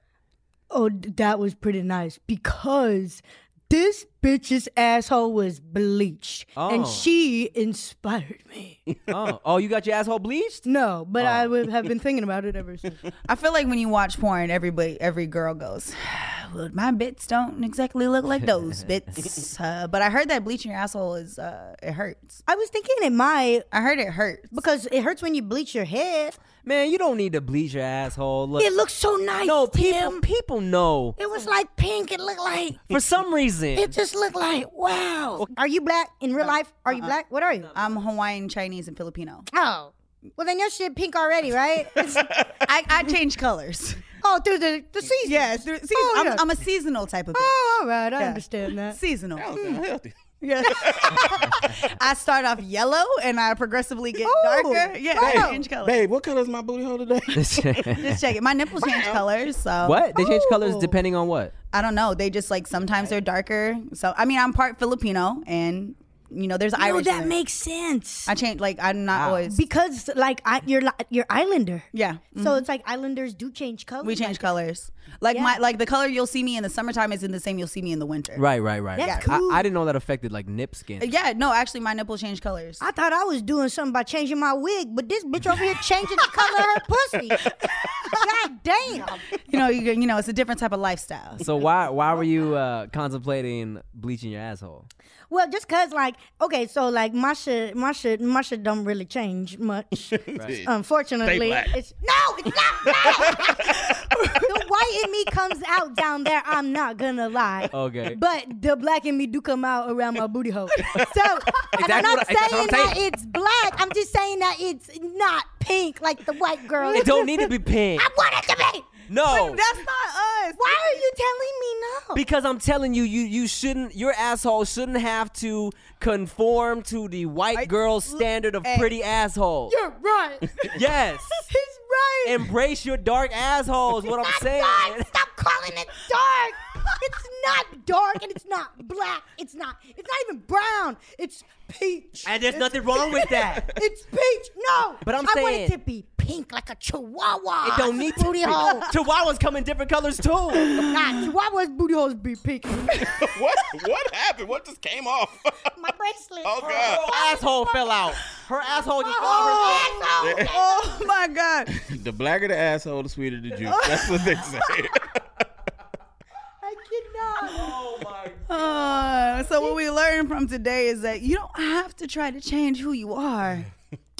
Oh, d- that was pretty nice because this bitch's asshole was bleached,
Oh.
and she inspired me.
Oh, oh, you got your asshole bleached?
No, but I would have been thinking about it ever since.
I feel like when you watch porn, everybody, every girl goes, well, my bits don't exactly look like those bits. Uh, but I heard that bleaching your asshole is uh, it hurts.
I was thinking it might
I heard it hurts.
because it hurts when you bleach your head.
Man, you don't need to bleach your asshole. Look,
It looks so nice.
no people.
Tim.
People know
It was like pink. It looked like
for some reason.
it just looked like wow. Are you black in real life? Are you black? What are you?
I'm Hawaiian, Chinese, and Filipino.
Oh, well then your shit pink already, right?
I, I change colors.
oh, through the the season.
Yeah, through, season,
Oh,
I'm,
yeah.
I'm a seasonal type of bitch.
Oh, all right. I understand that.
Seasonal.
That was
Hmm.
unhealthy.
Yeah. I start off yellow and I progressively get darker. Yeah, I
Babe,
change colors.
babe, what color is my booty hole today?
Just check it. My nipples change colors. So
what they change colors
Oh.
depending on what?
I don't know. They just like sometimes they're darker. So I mean, I'm part Filipino and you know there's
Oh,
Irish. in
that
there.
makes sense.
I change like I'm not always.
because like I, you're li- you're Islander,
Yeah. mm-hmm.
so it's like Islanders do change colors.
We change colors. Like
Yeah.
my like the color you'll see me in the summertime isn't the same you'll see me in the winter. Uh,
Right, right, right.
That's
I-
cool.
I, didn't know that affected like nip skin.
Yeah, no, actually my nipples change colors.
I thought I was doing something by changing my wig, but this bitch over here changing the color of her pussy. God damn.
you know, you, you know, it's a different type of lifestyle.
So why why were you uh, contemplating bleaching your asshole?
Well, just cause like okay, so like my shit, my shit, my shit don't really change much. Unfortunately,
Stay black.
it's no, it's not black. the white in me comes out down there. I'm not gonna lie.
Okay.
uh, But the black in me do come out around my booty hole. So I'm not
what I- that's
saying
what I'm
that
saying.
it's black. I'm just saying that it's not pink like the white girl.
It don't need to be pink.
I want it to be.
No.
That's not us.
Why are you telling me no?
Because I'm telling you, you you shouldn't. Your asshole shouldn't have to conform to the white girl standard of pretty asshole.
You're right.
Yes.
He's right.
Embrace your dark asshole. Is what I'm
not
saying.
dark. Stop calling it dark. it's not dark and it's not black. It's not. It's not even brown. It's peach.
And there's nothing wrong with that.
It's peach. No.
But I'm
I
saying-
want it to be pink like a chihuahua.
It don't need to.
booty hole.
Chihuahuas come in different colors too.
nah, chihuahua's booty holes be pink. My
what? What happened? What just came off?
bracelet.
Oh, God.
Her asshole fell out. Her asshole just.
Oh, asshole.
Oh my god.
the blacker the asshole, the sweeter the juice. That's what they say.
I cannot.
Uh, so what we learned from today is that you don't have to try to change who you are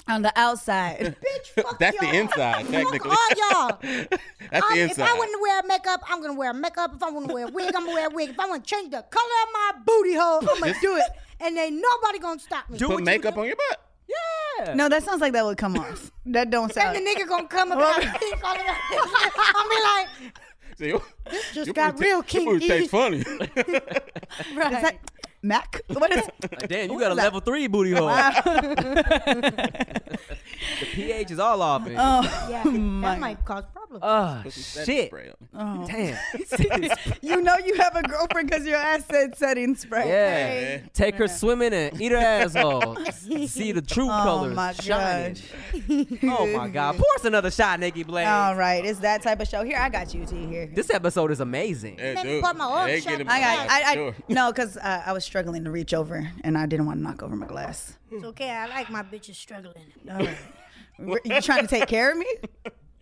on the outside.
Bitch, fuck
That's
y'all.
the inside, technically.
Fuck all y'all.
That's
Um,
the
if
inside.
I want to wear makeup, I'm gonna wear makeup. If I want to wear a wig, I'm gonna wear a wig. If I want to change the color of my booty hole, I'm gonna do it, and ain't nobody gonna stop me.
Put makeup on your butt.
No, that sounds like that would come off. That don't
And
sound.
the nigga gonna come up and have pink all over. I'm be
See, you-
like, just
your
got
booty
real
ta- your booty
kinky.
tastes funny.
Right. Is that Mac? What is?
Damn, you got a level three booty hole. the pH is all off.
Oh.
Man.
Oh,
Yeah, that might cause problems.
Oh,
That's
shit.
spray on.
Damn.
Oh.
you know you have a girlfriend because your ass said setting spray.
Yeah. Take her swimming and eat her asshole. See the true colors.
Oh my
shining.
gosh.
Oh my god. Pour us another shot, Nikki Blade.
All right, it's that type of show. Here, I got you, T. Here.
This episode is amazing.
Hey,
Let me
dude,
put my own
they
shot
get him
on.
I got. I, I
Sure.
no, because uh, I was struggling to reach over, and I didn't want to knock over my glass.
It's okay. I like my bitches struggling.
You trying to take care of me?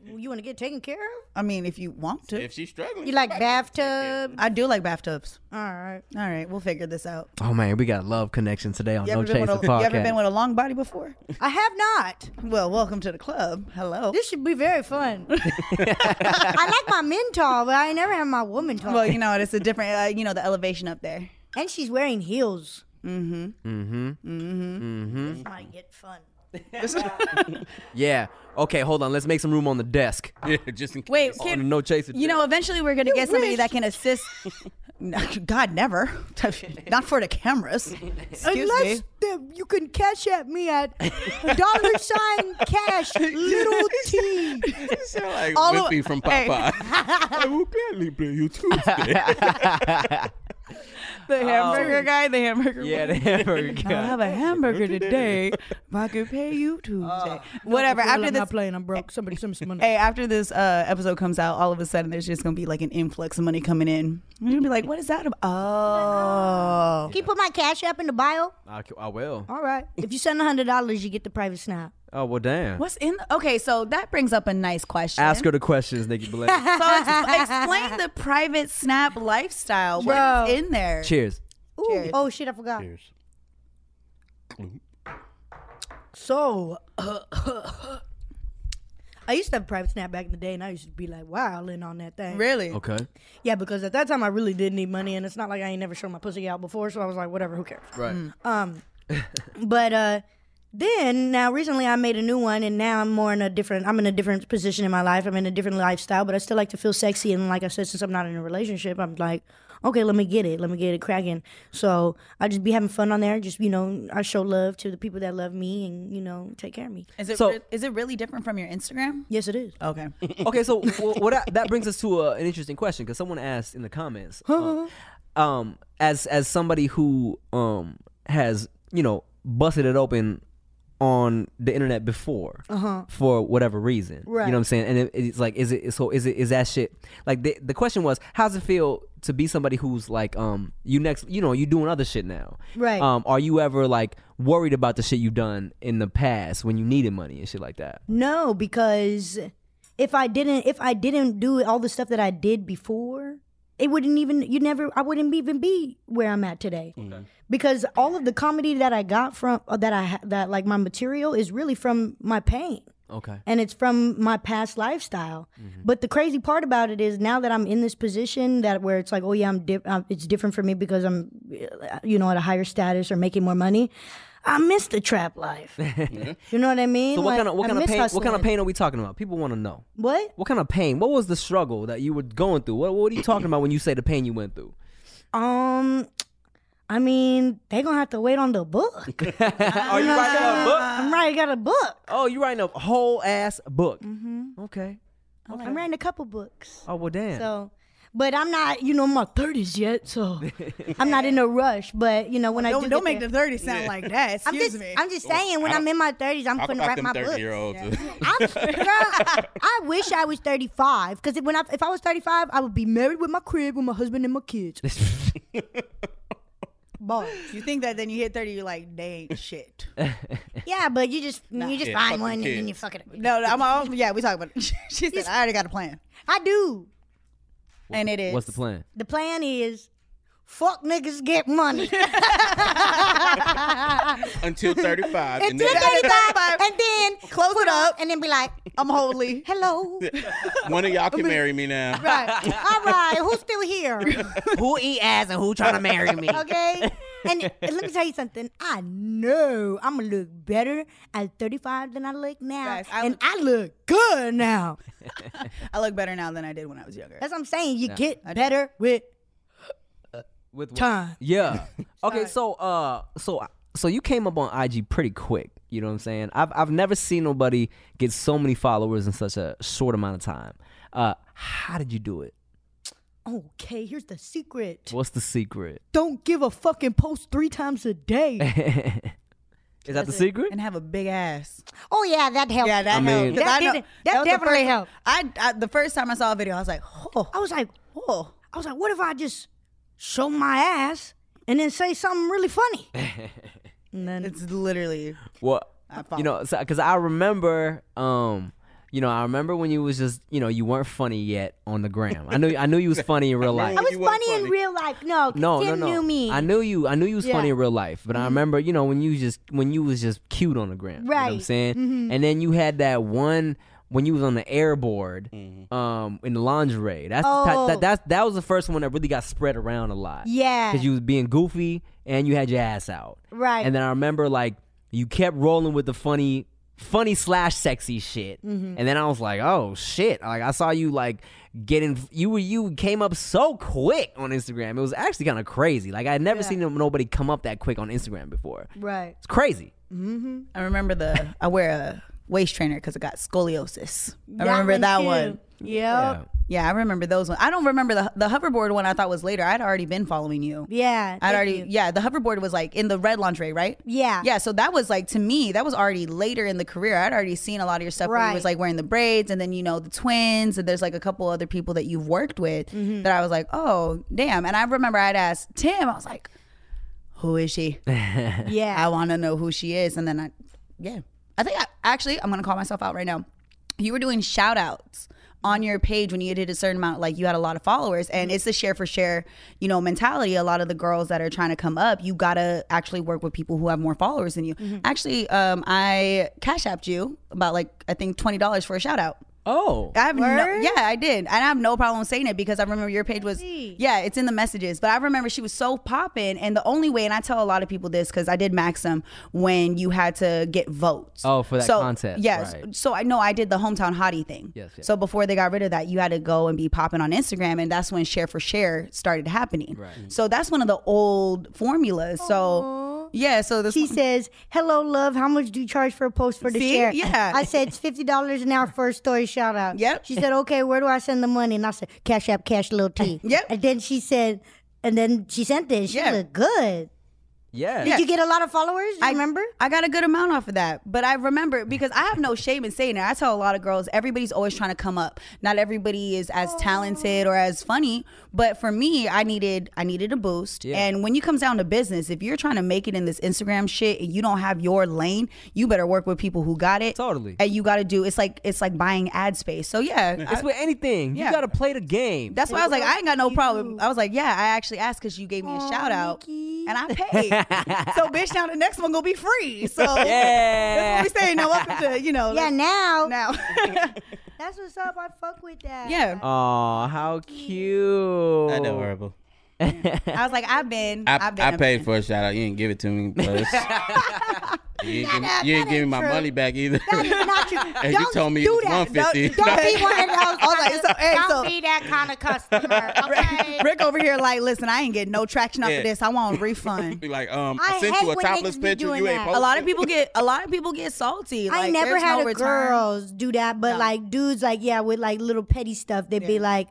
You want to get taken care of?
I mean, if you want to.
If she's struggling,
You like bathtub?
I do like bathtubs.
All right.
All right, we'll figure this out.
Oh man, we got a love connection today on
You
No
ever, been
Chaser
with a, you
Podcast.
ever been with a long body before?
I have not.
Well, welcome to the club. Hello.
This should be very fun. I like my mental, but I ain't never have my woman talk.
well, you know, it's a different, uh, you know, the elevation up there.
And she's wearing heels. Mm-hmm. Mm-hmm. Mm-hmm. This might get fun.
yeah. Okay, hold on. Let's make some room on the desk.
yeah, just in case.
Wait,
On the
can,
No Chaser.
you know, eventually we're going to get somebody that can assist. No, God, never. Not for the cameras. Excuse me.
Unless the, you can cash at me at dollar sign cash little t.
You sound like
All of-
Whippy from
Hey.
Popeye. I will gladly play you Tuesday.
The hamburger guy, the hamburger
yeah, the hamburger
I
guy.
have a hamburger today. If I could pay you Tuesday, whatever. After this,
playing, I'm broke. Somebody send me some money.
Hey, after this uh, episode comes out, all of a sudden there's just gonna be like an influx of money coming in. You're gonna be like, "What is that Oh. about?"
Can you put my cash app in the bio?
I, I will.
All right. If you send hundred dollars, you get the private snap.
Oh well, damn.
What's in? The, okay, so that brings up a nice question.
Ask her the questions, Nikki Blake.
So ex- explain the private snap lifestyle.
Bro.
What's in there?
Cheers.
Ooh, Oh shit, I forgot.
Cheers.
So, uh, I used to have private snap back in the day, and I used to be like wilding on that thing.
Really?
Okay.
Yeah, because at that time I really did need money, and it's not like I ain't never shown my pussy out before, so I was like, whatever, who cares?
Right.
But uh, then now recently I made a new one, and now I'm more in a different. I'm in a different position in my life. I'm in a different lifestyle, but I still like to feel sexy. And like I said, since I'm not in a relationship, I'm like, okay, let me get it, let me get it cracking. So I just be having fun on there. Just you know, I show love to the people that love me, and you know, take care of me.
Is it
So-
re- is it really different from your Instagram?
Yes, it is.
Okay.
okay, so well, what I, that brings us to uh, an interesting question because someone asked in the comments, um, um, as as somebody who um has you know busted it open on the internet before for whatever reason, You
Uh-huh. Right.
know what I'm saying? And it, it's like, is it so? Is it is that shit? Like the the question was, how's it feel to be somebody who's like um you next you know you doing other shit now
Right.
um are you ever like worried about the shit you've done in the past when you needed money and shit like that
No, because if I didn't, if I didn't do all the stuff that I did before, it wouldn't even. You never. I wouldn't even be where I'm at today. Because all of the comedy that I got from uh, that I ha- that like my material is really from my pain
okay
and it's from my past lifestyle.
Mm-hmm.
But the crazy part about it is now that I'm in this position that where it's like, oh yeah, I'm dip- um, it's different for me because I'm, uh, you know, at a higher status or making more money. I miss the trap life. You know what I mean?
So what
Like,
kind of what
I
kind of
miss
pain? What kind of
hustling.
pain are we talking about? People want to know.
What?
What kind of pain? What was the struggle that you were going through? What What are you talking about when you say the pain you went through?
Um, I mean, they gonna have to wait on the book.
are you writing a book?
I'm writing got a book.
Oh, you writing a whole ass book? Mm-hmm. Okay.
I'm writing a couple books.
Oh well, damn.
So, but I'm not, you know, I'm not thirties yet, so I'm not in a rush. But you know, when I
Don't,
do
don't
get
make
there-
the thirty sound like that.
I'm
Excuse
just,
me.
I'm just saying, when
I-
I'm in my thirties, I'm
Talk
gonna
about
write
them
my book.
thirty-year-olds.
I'm, girl, I wish I was 35 because when I, if I was 35, I would be married with my crib with my husband and my kids. Bars.
you think that then you hit thirty, you're like, they ain't shit.
Yeah, but you just you just
Yeah, fuck
find
the
one and then
kids.
you fuck it up.
No, no, I'm all, yeah, we talking about it. She said, I already got a plan.
I do.
and it is.
What's the plan?
The plan is fuck niggas get money.
Until thirty-five, and
Until
then
35 and then
Close it up.
and then be like,
I'm holy.
hello.
one of y'all can marry me now.
Right. All right, who's still here?
who eat ass and who trying to marry me?
Okay. And let me tell you something. I know I'm gonna look better at 35 than I look now,
Guys, I-
and I look good now.
I look better now than I did when I was younger.
That's what I'm saying. You get better with
With what?
time.
Yeah. Okay. So uh, so so you came up on IG pretty quick. You know what I'm saying? I've I've never seen nobody get so many followers in such a short amount of time. Uh, how did you do it?
Okay, here's the secret.
What's the secret?
Don't give a fucking post three times a day.
Is that the secret?
and have a big ass.
oh yeah, that helps.
Yeah, that
I mean-
helped. 'Cause
That
I know-
did- that
was the
definitely
first-
helped.
I, I the first time I saw a video, I was like, oh,
I was like,
oh.
I was like, what if I just show my ass and then say something really funny? and then
It's literally
Well,
follow.
you know, because I remember, um, you know, I remember when you was just, you know, you weren't funny yet on the gram. I knew, I knew you was funny in real life.
I was
You weren't
funny, in
funny.
real life. No,
No, no,
Tim
no.
knew me.
I knew you. I knew you was funny
Yeah. Mm-hmm.
in real life, but I remember, you know, when you just when you was just cute on the gram. You know what I'm
Right. Mm-hmm.
saying? And then you had that one when you was on the airboard, um, in the lingerie. That's the type-
Oh.
that that's, that was the first one that really got spread around a lot.
Yeah.
because you was being goofy and you had your ass out.
Right.
And then I remember like you kept rolling with the funny. Funny slash sexy shit, and then I was like, "Oh shit!" Like I saw you like getting you were you came up so quick on Instagram. It was actually kind of crazy. Like I had never seen nobody come up that quick on Instagram before.
right.
It's crazy.
I remember the I wear a waist trainer because I got scoliosis. I remember
one
that
too.
one.
Yep.
Yeah.
Yeah.
Yeah, I remember those ones. I don't remember the the hoverboard one. I thought was later. I'd already been following you. I'd
thank
already
you.
yeah. The hoverboard was like in the red lingerie, right?
Yeah.
Yeah. So that was like to me that was already later in the career. I'd already seen a lot of your stuff. Where you was
Right.
like wearing the braids, and then you know the twins, and there's like a couple other people that you've worked with that I was like, oh damn. And I remember I'd asked Tim. I was like, who is she?
Yeah.
I want to know who she is. And then I, yeah, I think I, actually I'm gonna call myself out right now. You were doing shout outs on your page when you did a certain amount, like you had a lot of followers, and it's the share for share, you know, mentality. A lot of the girls that are trying to come up, you gotta actually work with people who have more followers than you. Actually, um, I cash apped you about like I think twenty dollars for a shout out.
Oh,
I have no, yeah, I did, and I have no problem saying it because I remember your page was, yeah, it's in the messages. But I remember she was so popping, and the only way, and I tell a lot of people this because I did Maxim when you had to get votes.
Oh, for that
so,
contest,
Yes.
right.
So I know I did the hometown hottie thing.
Yes, yes.
So before they got rid of that, you had to go and be popping on Instagram, and that's when share for share started happening. Right. So that's one of the old formulas. So yeah, so this
She says, "Hello, love. How much do you charge for a post for the
See?
share?"
Yeah.
I said it's fifty dollars an hour for a story shout out.
Yep.
She said, "Okay, where do I send the money?" And I said, "Cash app, cash little T."
Yep.
And then she said, and then she sent it. She
Yeah.
looked good.
yeah.
Did you get a lot of followers? I remember.
I got a good amount off of that. But I remember because I have no shame in saying it. I tell a lot of girls, everybody's always trying to come up. Not everybody is as talented or as funny. But for me, I needed I needed a boost.
Yeah.
And when you comes down to business, if you're trying to make it in this Instagram shit and you don't have your lane, you better work with people who got it.
Totally.
And you gotta do it's like it's like buying ad space. So yeah. I-
It's with anything.
Yeah.
You gotta play the game.
that's why I was like, I ain't got no problem. I was like, yeah, I actually asked because you gave me a shout out and I paid. so, bitch, now the next one gonna be free. So,
yeah.
that's what we say. Now, welcome to you know.
Yeah. Now.
now.
That's what's up. I fuck with that.
yeah.
Aw, how cute.
I know horrible.
I was like, I've been.
I,
have been.
I paid for a shout out. You didn't give it to me. But it's- you didn't, give, me- you didn't give me my money back either.
Not you.
and
don't
you told me it
do
was
that.
one fifty.
Don't, don't be one of those.
I was like, so, hey,
Don't
so-
be that kind of customer. Okay.
Rick over here, like, listen, I ain't getting no traction off
Yeah.
of this. I want a refund.
Be like, um,
I
I, sent
hate
you a
when
topless
niggas be
picture.
doing
You ain't
that.
a
posted
lot of
it.
people get a lot of people get salty. Like,
I never
there's
had
no
a
return.
girls do that, but like dudes, like yeah, with like little petty stuff, they'd be like,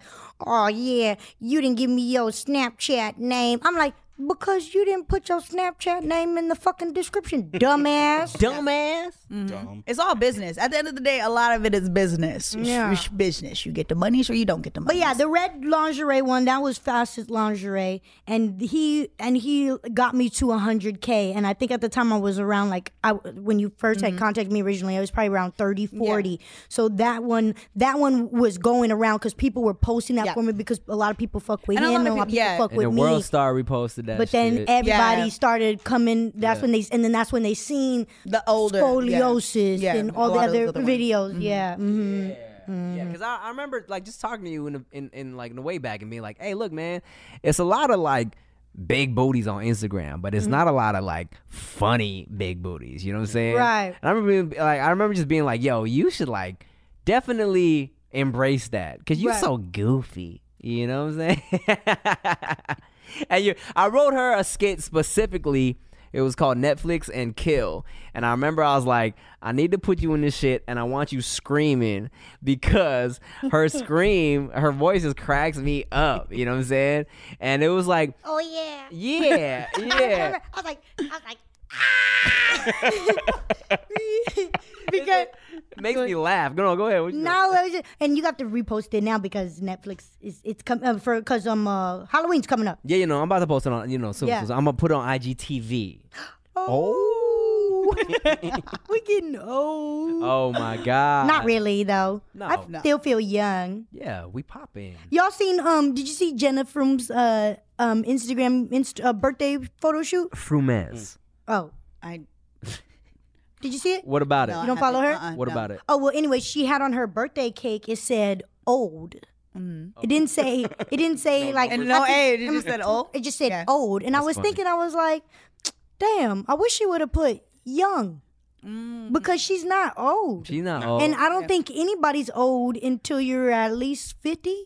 "Oh yeah, you didn't give me your Snapchat name." I'm like, because you didn't put your Snapchat name in the fucking description, dumbass.
Dumbass.
Dumb.
It's all business. At the end of the day, a lot of it is business. Yeah. business. You get the money, or you don't get the money.
But Oh, yeah, the red lingerie one that was fastest lingerie, and he and he got me to 100k, and I think at the time I was around like I when you 1st
Mm-hmm.
had contacted me originally, I was probably around 30, 40. So that one that one was going around because people were posting that
Yeah.
for me because a lot of people fuck with
And a
him,
lot of
and a lot of
peop-
people
yeah.
fuck
And
with
the
me.
world star reposted that.
but then
shit.
everybody
Yeah.
started coming. That's when they and then that's when they seen
The older- yeah.
scoliosis
Yeah,
and
a
all the
lot of
other
those other ones. Mm-hmm.
videos. Yeah. hmm
Yeah, because I, I remember like just talking to you in, the, in in like in the way back and being like, "Hey, look, man, it's a lot of like big booties on Instagram, but it's not a lot of like funny big booties." You know what I'm saying?
Right.
And I remember being, like I remember just being like, "Yo, you should like definitely embrace that because you're so goofy." You know what I'm saying? and you, I wrote her a skit specifically. It was called Netflix and Kill. And I remember I was like, I need to put you in this shit and I want you screaming because her scream, her voice just cracks me up. You know what I'm saying? And it was like,
Oh yeah.
yeah, yeah.
I was like, I was like,
ah! because.
Makes me laugh. Go on, go ahead. What you doing?
No, it was just- and you got to repost it now because Netflix is it's coming uh, for because um uh, Halloween's coming up.
Yeah, you know, I'm about to post it on, you know, soon.
Yeah.
So I'm going to put it on IGTV.
Oh, we getting old.
Oh my God.
Not really though.
No.
I still feel young.
Yeah, we pop in.
Y'all seen um? Did you see Jenna Froome's uh um Instagram inst- uh, birthday photo shoot?
Frumez.
Oh,
I no,
did you see it?
What about
I
it?
You don't
haven't.
follow her?
Uh-uh,
What
no.
about it?
Oh well. Anyway, she had on her birthday cake. It said old. It didn't say. It didn't say like
Mm-hmm. And
I
no age.
think-
It just said oh. old.
It just said
Yeah.
old. And I was
funny.
thinking, I was like, damn, I wish you would have put young
Mm.
because she's not old.
She's not old.
and I don't think anybody's old until you're at least 50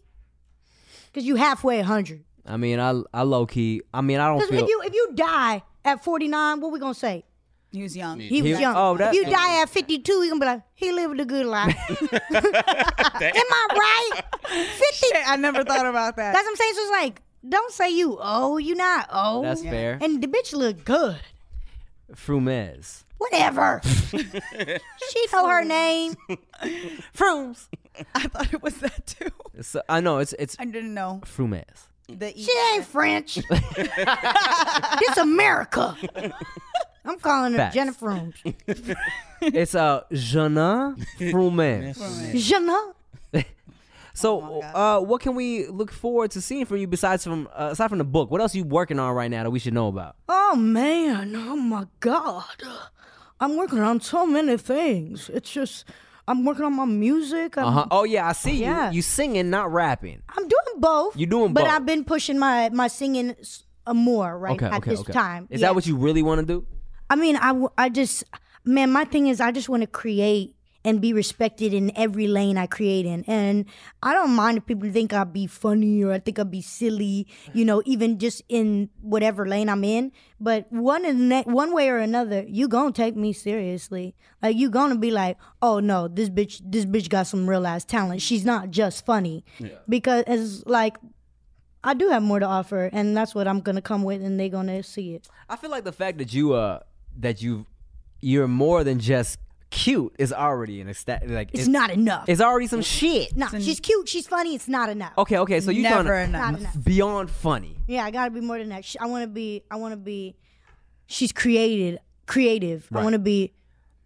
because you halfway 100.
I mean, I, I low key. I mean, I don't
Because
feel.
if you, if you die at 49, what we going to say?
He was young.
He was
He-
young.
oh, that-
if you die at 52, you're going to be like, he lived a good life. Am I right? 50.
Shit, I never thought about that.
That's what I'm saying. So it's like, don't say you old. you not old.
That's fair.
And the bitch look good.
Frumez.
Whatever. she know her name.
Frooms.
I thought it was that too.
So, I know it's it's
I didn't know
Frumez.
the E.
She ain't French. this America. I'm calling her
Facts.
Jennifer Holmes.
it's uh, Jana Fruman.
Jenna. Oh
So, uh, what can we look forward to seeing from you besides from uh, aside from the book? What else are you working on right now that we should know about?
Oh man, oh my god. I'm working on so many things. It's just I'm working on my music. I'm,
Uh huh. Oh yeah, I see you.
Yeah.
You singing, not rapping.
I'm doing both.
You doing
but
both.
I've been pushing my my singing s- uh, more right
Okay,
at
okay,
this
okay.
time.
Is
Yeah.
that what you really want to do?
I mean, I, w- I just, man, my thing is I just want to create and be respected in every lane I create in. And I don't mind if people think I'll be funny or I think I'll be silly, you know, even just in whatever lane I'm in. But one and ne- one way or another, you gonna take me seriously. Like you gonna be like, oh no, this bitch, this bitch got some real ass talent. She's not just funny. Because as like I do have more to offer and that's what I'm gonna come with and they gonna see it.
I feel like the fact that you uh that you you're more than just cute is already an ecstatic like
It's
it-
not enough.
It's already some shit.
Nah, she's cute. She's funny. It's not enough.
Okay, okay. So you
Never
trying to
enough.
Not enough.
beyond funny.
Yeah, I gotta be more than that. She, I want to be. I want to be. She's created, creative. I want to be.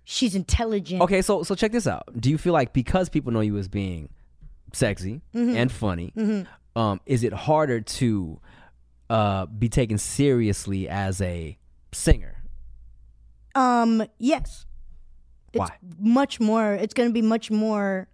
She's intelligent.
Okay, so so check this out. Do you feel like because people know you as being sexy
Mm-hmm.
and funny, um, is it harder to uh be taken seriously as a singer?
Um. Yes. It's
Why?
Much more. It's gonna be much more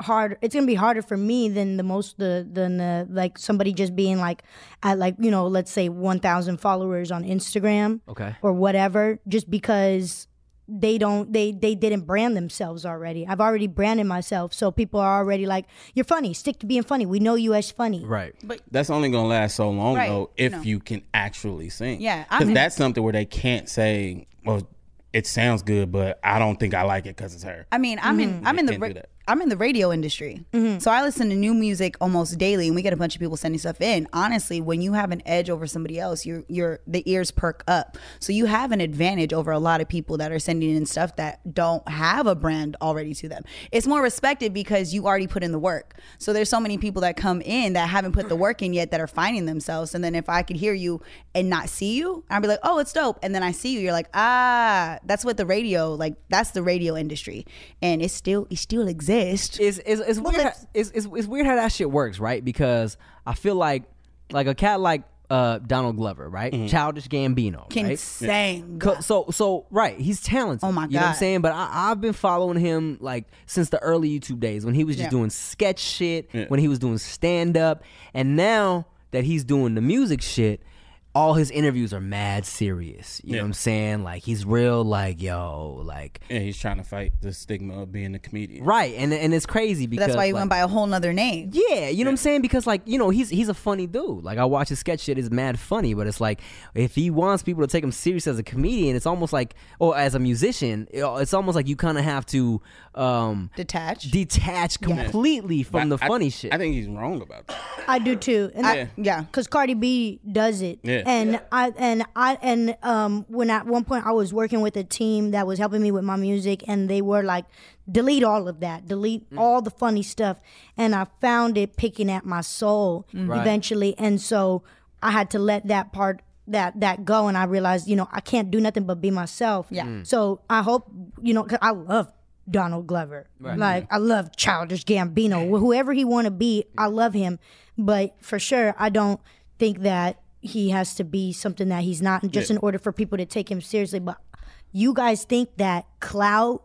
hard. It's gonna be harder for me than the most the than the like somebody just being like at like you know let's say one thousand followers on Instagram.
Okay.
or whatever just because they don't they they didn't brand themselves already i've already branded myself so people are already like you're funny stick to being funny we know you as funny
Right.
That's only gonna last so long
Right.
though if
No.
you can actually sing.
Yeah, I
because
mean-
that's something where they can't say, "Well, it sounds good, but I don't think I like it because it's her."
I mean, I'm in I'm in the
Mm-hmm. can't
ra-
do that.
I'm in the radio industry, so I listen to new music almost daily, and we get a bunch of people sending stuff in. Honestly, when you have an edge over somebody else, your your the ears perk up, so you have an advantage over a lot of people that are sending in stuff that don't have a brand already to them. It's more respected because you already put in the work. So there's so many people that come in that haven't put the work in yet that are finding themselves, and then if I could hear you and not see you, I'd be like, oh, it's dope, and then I see you, you're like, ah, that's what the radio like. That's the radio industry, and it still it still exists.
It's it's, it's weird. How, it's, it's it's weird how that shit works, right? Because I feel like like a cat like uh Donald Glover, right? Childish Gambino,
Mm-hmm. can
right?
sing.
Co- So so right, he's talented.
Oh my
you know what I'm
God.
saying? But I, I've been following him like since the early YouTube days when he was just
Yeah.
doing sketch shit, when he was doing stand up, and now that he's doing the music shit, all his interviews are mad serious. You know what I'm saying? Like he's real, like yo, like
And he's trying to fight the stigma of being a comedian.
right, and and it's crazy because
That's why he
like,
went by a whole nother name.
yeah, you know what I'm saying? Because like, you know, he's he's a funny dude. Like I watch his sketch shit, it's mad funny, but it's like if he wants people to take him serious as a comedian, it's almost like or as a musician, it- it's almost like you kind of have to um
Detached.
detach completely from the
I-
funny shit.
I think he's wrong about that.
i do too and I-
yeah.
because Cardi B does it.
Yeah.
And I and I and um when at one point I was working with a team that was helping me with my music and they were like, delete all of that, delete all the funny stuff. And I found it picking at my soul eventually. And so I had to let that part that that go and I realized, you know, I can't do nothing but be myself. Yeah. So I hope, you know, 'cause I love Donald Glover. Like I love Childish Gambino, Wh- whoever he want to be, I love him. But for sure, I don't think that he has to be something that he's not, just in order for people to take him seriously. But you guys think that clout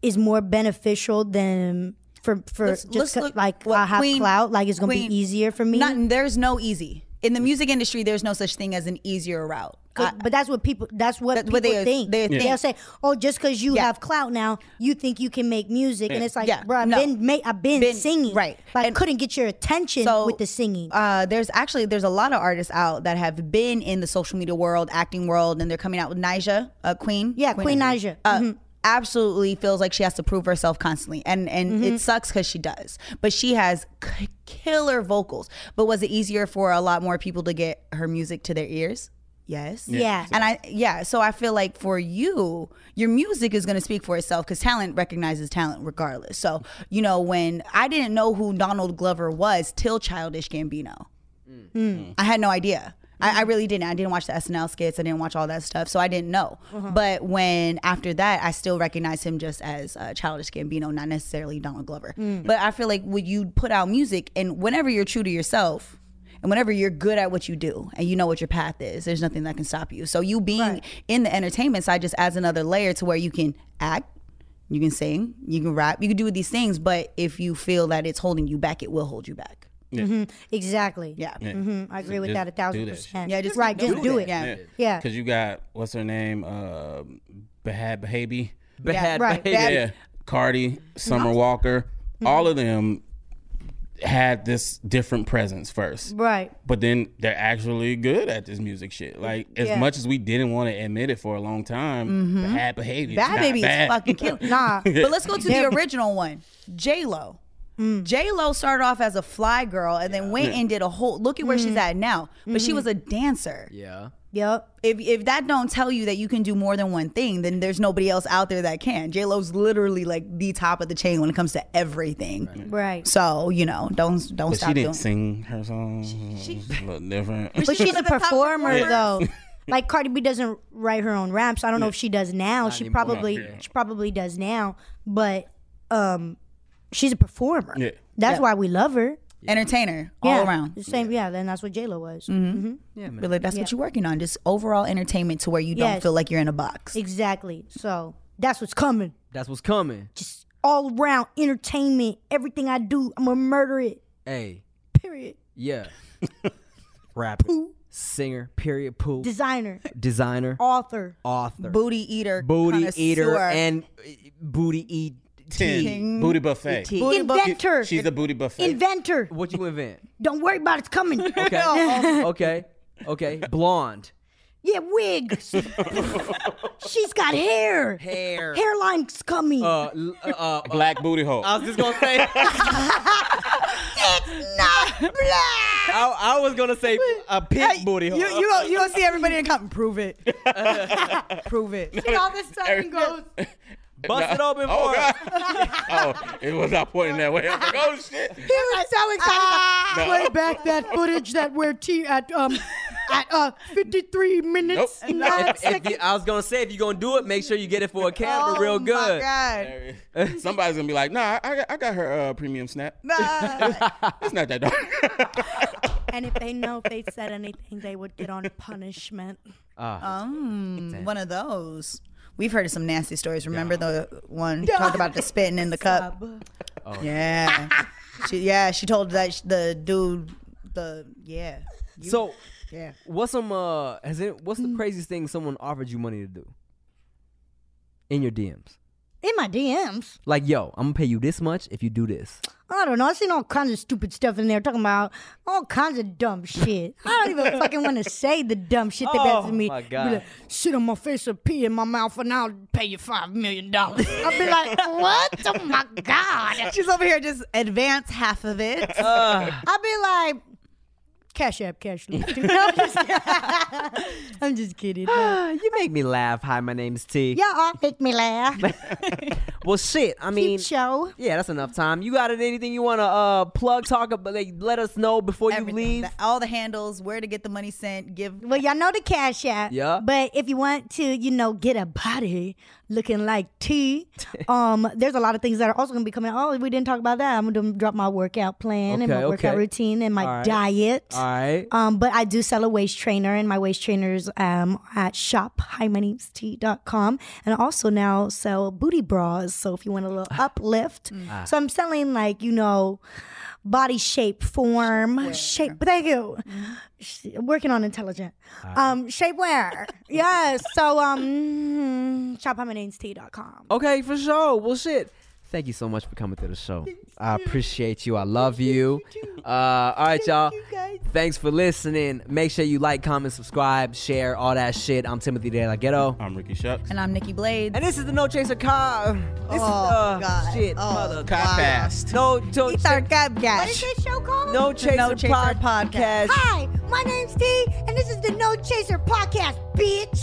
is more beneficial than for for
Let's-
just
let's
co-
look
like
what
I have
Queen-
clout, like it's gonna
Queen-
be easier for me.
Not there's no easy in the music industry. There's no such thing as an easier route. I-
but that's what people. That's what
That's
people
what they-
think.
they
They'll
think.
say, "Oh, just because you
Yeah.
have clout now, you think you can make music." And it's like,
Yeah.
bro, I've
No.
been, ma- I've been,
Been-
singing,
right.
But I
And-
couldn't get your attention
So,
with the singing.
uh, there's actually there's a lot of artists out that have been in the social media world, acting world, and they're coming out with Nija, uh, Queen.
yeah, Queen Mm-hmm. Naja.
uh, absolutely feels like she has to prove herself constantly and and
Mm-hmm.
it sucks because she does but she has k- killer vocals but was it easier for a lot more people to get her music to their ears yes
Yeah.
and i yeah so i feel like for you your music is going to speak for itself because talent recognizes talent regardless so you know when i didn't know who donald glover was till childish gambino I had no idea.
Mm-hmm.
I, I really didn't. I didn't watch the SNL skits. I didn't watch all that stuff, so I didn't know.
Uh-huh.
But when after that, I still recognize him just as uh, Childish Gambino, not necessarily Donald Glover.
Mm.
But I feel like when you put out music, and whenever you're true to yourself, and whenever you're good at what you do and you know what your path is, there's nothing that can stop you. So you being in the entertainment side just adds another layer to where you can act, you can sing, you can rap, you can do these things. But if you feel that it's holding you back, it will hold you back.
Exactly.
Yeah.
hmm I agree with
just
that a thousand
do that
percent.
shit. Yeah, just
right.
do
Just
it.
do it.
Yeah.
Yeah.
Because you got what's her name, uh, Bahab Behaby.
Bad
right.
behavior.
Bad- Mm-hmm.
Yeah, Cardi, Summer Walker, all of them had this different presence first.
Right.
But then they're actually good at this music shit. Like as
Yeah.
much as we didn't want to admit it for a long time, bad behavior.
Mm-hmm. Bad
not
baby
bad.
is fucking killing.
Nah.
But Mm. let's go to the original one, J Lo. J Lo started off as a fly girl and then went and did a whole. Look at where she's at now. But she was a dancer.
Yeah.
Yep.
If if that don't tell you that you can do more than one thing, then there's nobody else out there that can. J Lo's literally like the top of the chain when it comes to everything.
Right.
So you know, don't don't
But
stop
she didn't
doing.
sing her song. a little different.
But she's
the
a
top
performer
performer.
though. Like Cardi B doesn't write her own raps. I don't know if she does now. she
anymore.
probably she probably does now, but um she's a performer.
Yeah.
That's why we love her.
Entertainer
Yeah.
all around.
The same yeah, then that's what J Lo was. Mm-hmm.
Really, that's what you're working on. Just overall entertainment to where you don't
Yes.
feel like you're in a box.
Exactly. So that's what's coming.
That's what's coming.
Just all around entertainment. Everything I do, I'm gonna murder it.
Hey.
Period.
Yeah. Rapper. Singer. Period. Poo.
Designer,
designer.
author.
Author.
Booty eater,
booty
connoisseur.
eater and uh, booty eat.
Ten. Booty buffet.
T.
Booty bu-
inventor.
She's the booty buffet.
inventor.
What you invent?
Don't worry about it, it's coming.
Okay.
um,
okay. Okay. Blonde.
Yeah, wigs. She's got hair.
Hair.
Hairline's coming.
Uh, l- uh, uh, uh,
Black booty hole.
I was just gonna say.
not black.
I, I was gonna say a pink
Hey,
booty hole.
You you gonna, you gonna see everybody in the comment? Prove it. Prove it. all this time goes.
Bust it open for
oh,
us.
God. oh, it was not pointing that way. I was like, oh shit.
so excited. Play back that footage that we're t at um at uh 53 minutes
Nope.
nine
If- if you- I was gonna say if you're gonna do it, make sure you get it for
Oh
a camera real good.
My
Somebody's gonna be like, nah, I got, I got her uh, premium snap.
God. Nah.
It's not that dark.
And if they know if they said anything, they would get on punishment.
Ah.
Mm, one of those. We've heard of some nasty stories. Remember the one talked about the spitting in the cup? Yeah. she, yeah, she told that sh- the dude the yeah.
So,
Yeah. Hmm.
what's some uh, has it? What's the craziest thing someone offered you money to do? In your DMs,
In my DMs.
like yo, I'm gonna pay you this much if you do this.
I don't know. I've seen all kinds of stupid stuff in there talking about all kinds of dumb shit. I don't even fucking want to say the dumb shit they've
Oh,
to me.
my
Be
God.
like, Shit on my face or pee in my mouth and I'll pay you $5 million. I'll be like, what? Oh my God.
She's over here just advance half of it.
I'll be like, Cash App, Cash App. I'm just kidding. I'm just kidding.
Uh,
No.
you make me laugh. Hi, my name's T.
Y'all all make me laugh.
Well, shit. I mean,
Cute show.
yeah, that's enough time. You got it? Anything you wanna uh plug? Talk about? Like, let us know before
Everything.
you leave.
The- all the handles, where to get the money sent, give
Well, y'all know the Cash App.
Yeah.
But if you want to, you know, get a body looking like T, um, there's a lot of things that are also going to be coming. Oh, we didn't talk about that. I'm going to drop my workout plan and my
Okay,
workout
okay.
routine and my
All right.
diet.
All right.
Um, but I do sell a waist trainer, and my waist trainers um at shop com, and I also now sell booty bras. So if you want a little uplift, so I'm selling like you know, body shape, form, shape. Thank you. Sh- Working on intelligent. Um, shapewear. yes. So um, shophymanamest.com.
Okay, for sure. Well, shit. Thank you so much for coming to the show. I appreciate you. I love you. Uh, all right, y'all. Thanks for listening. Make sure you like, comment, subscribe, share, all that shit. I'm Timothy De La Ghetto.
I'm Ricky Shucks.
And I'm Nikki Blades.
And this is the No Chaser Car. This is,
Oh,
uh,
God.
shit,
Oh,
mother.
Cop fast.
No, no,
it's our podcast.
What is this show called?
no Chaser,
No Chaser
Pod-
Podcast.
Hi, my name's T, and this is the No Chaser podcast, bitch.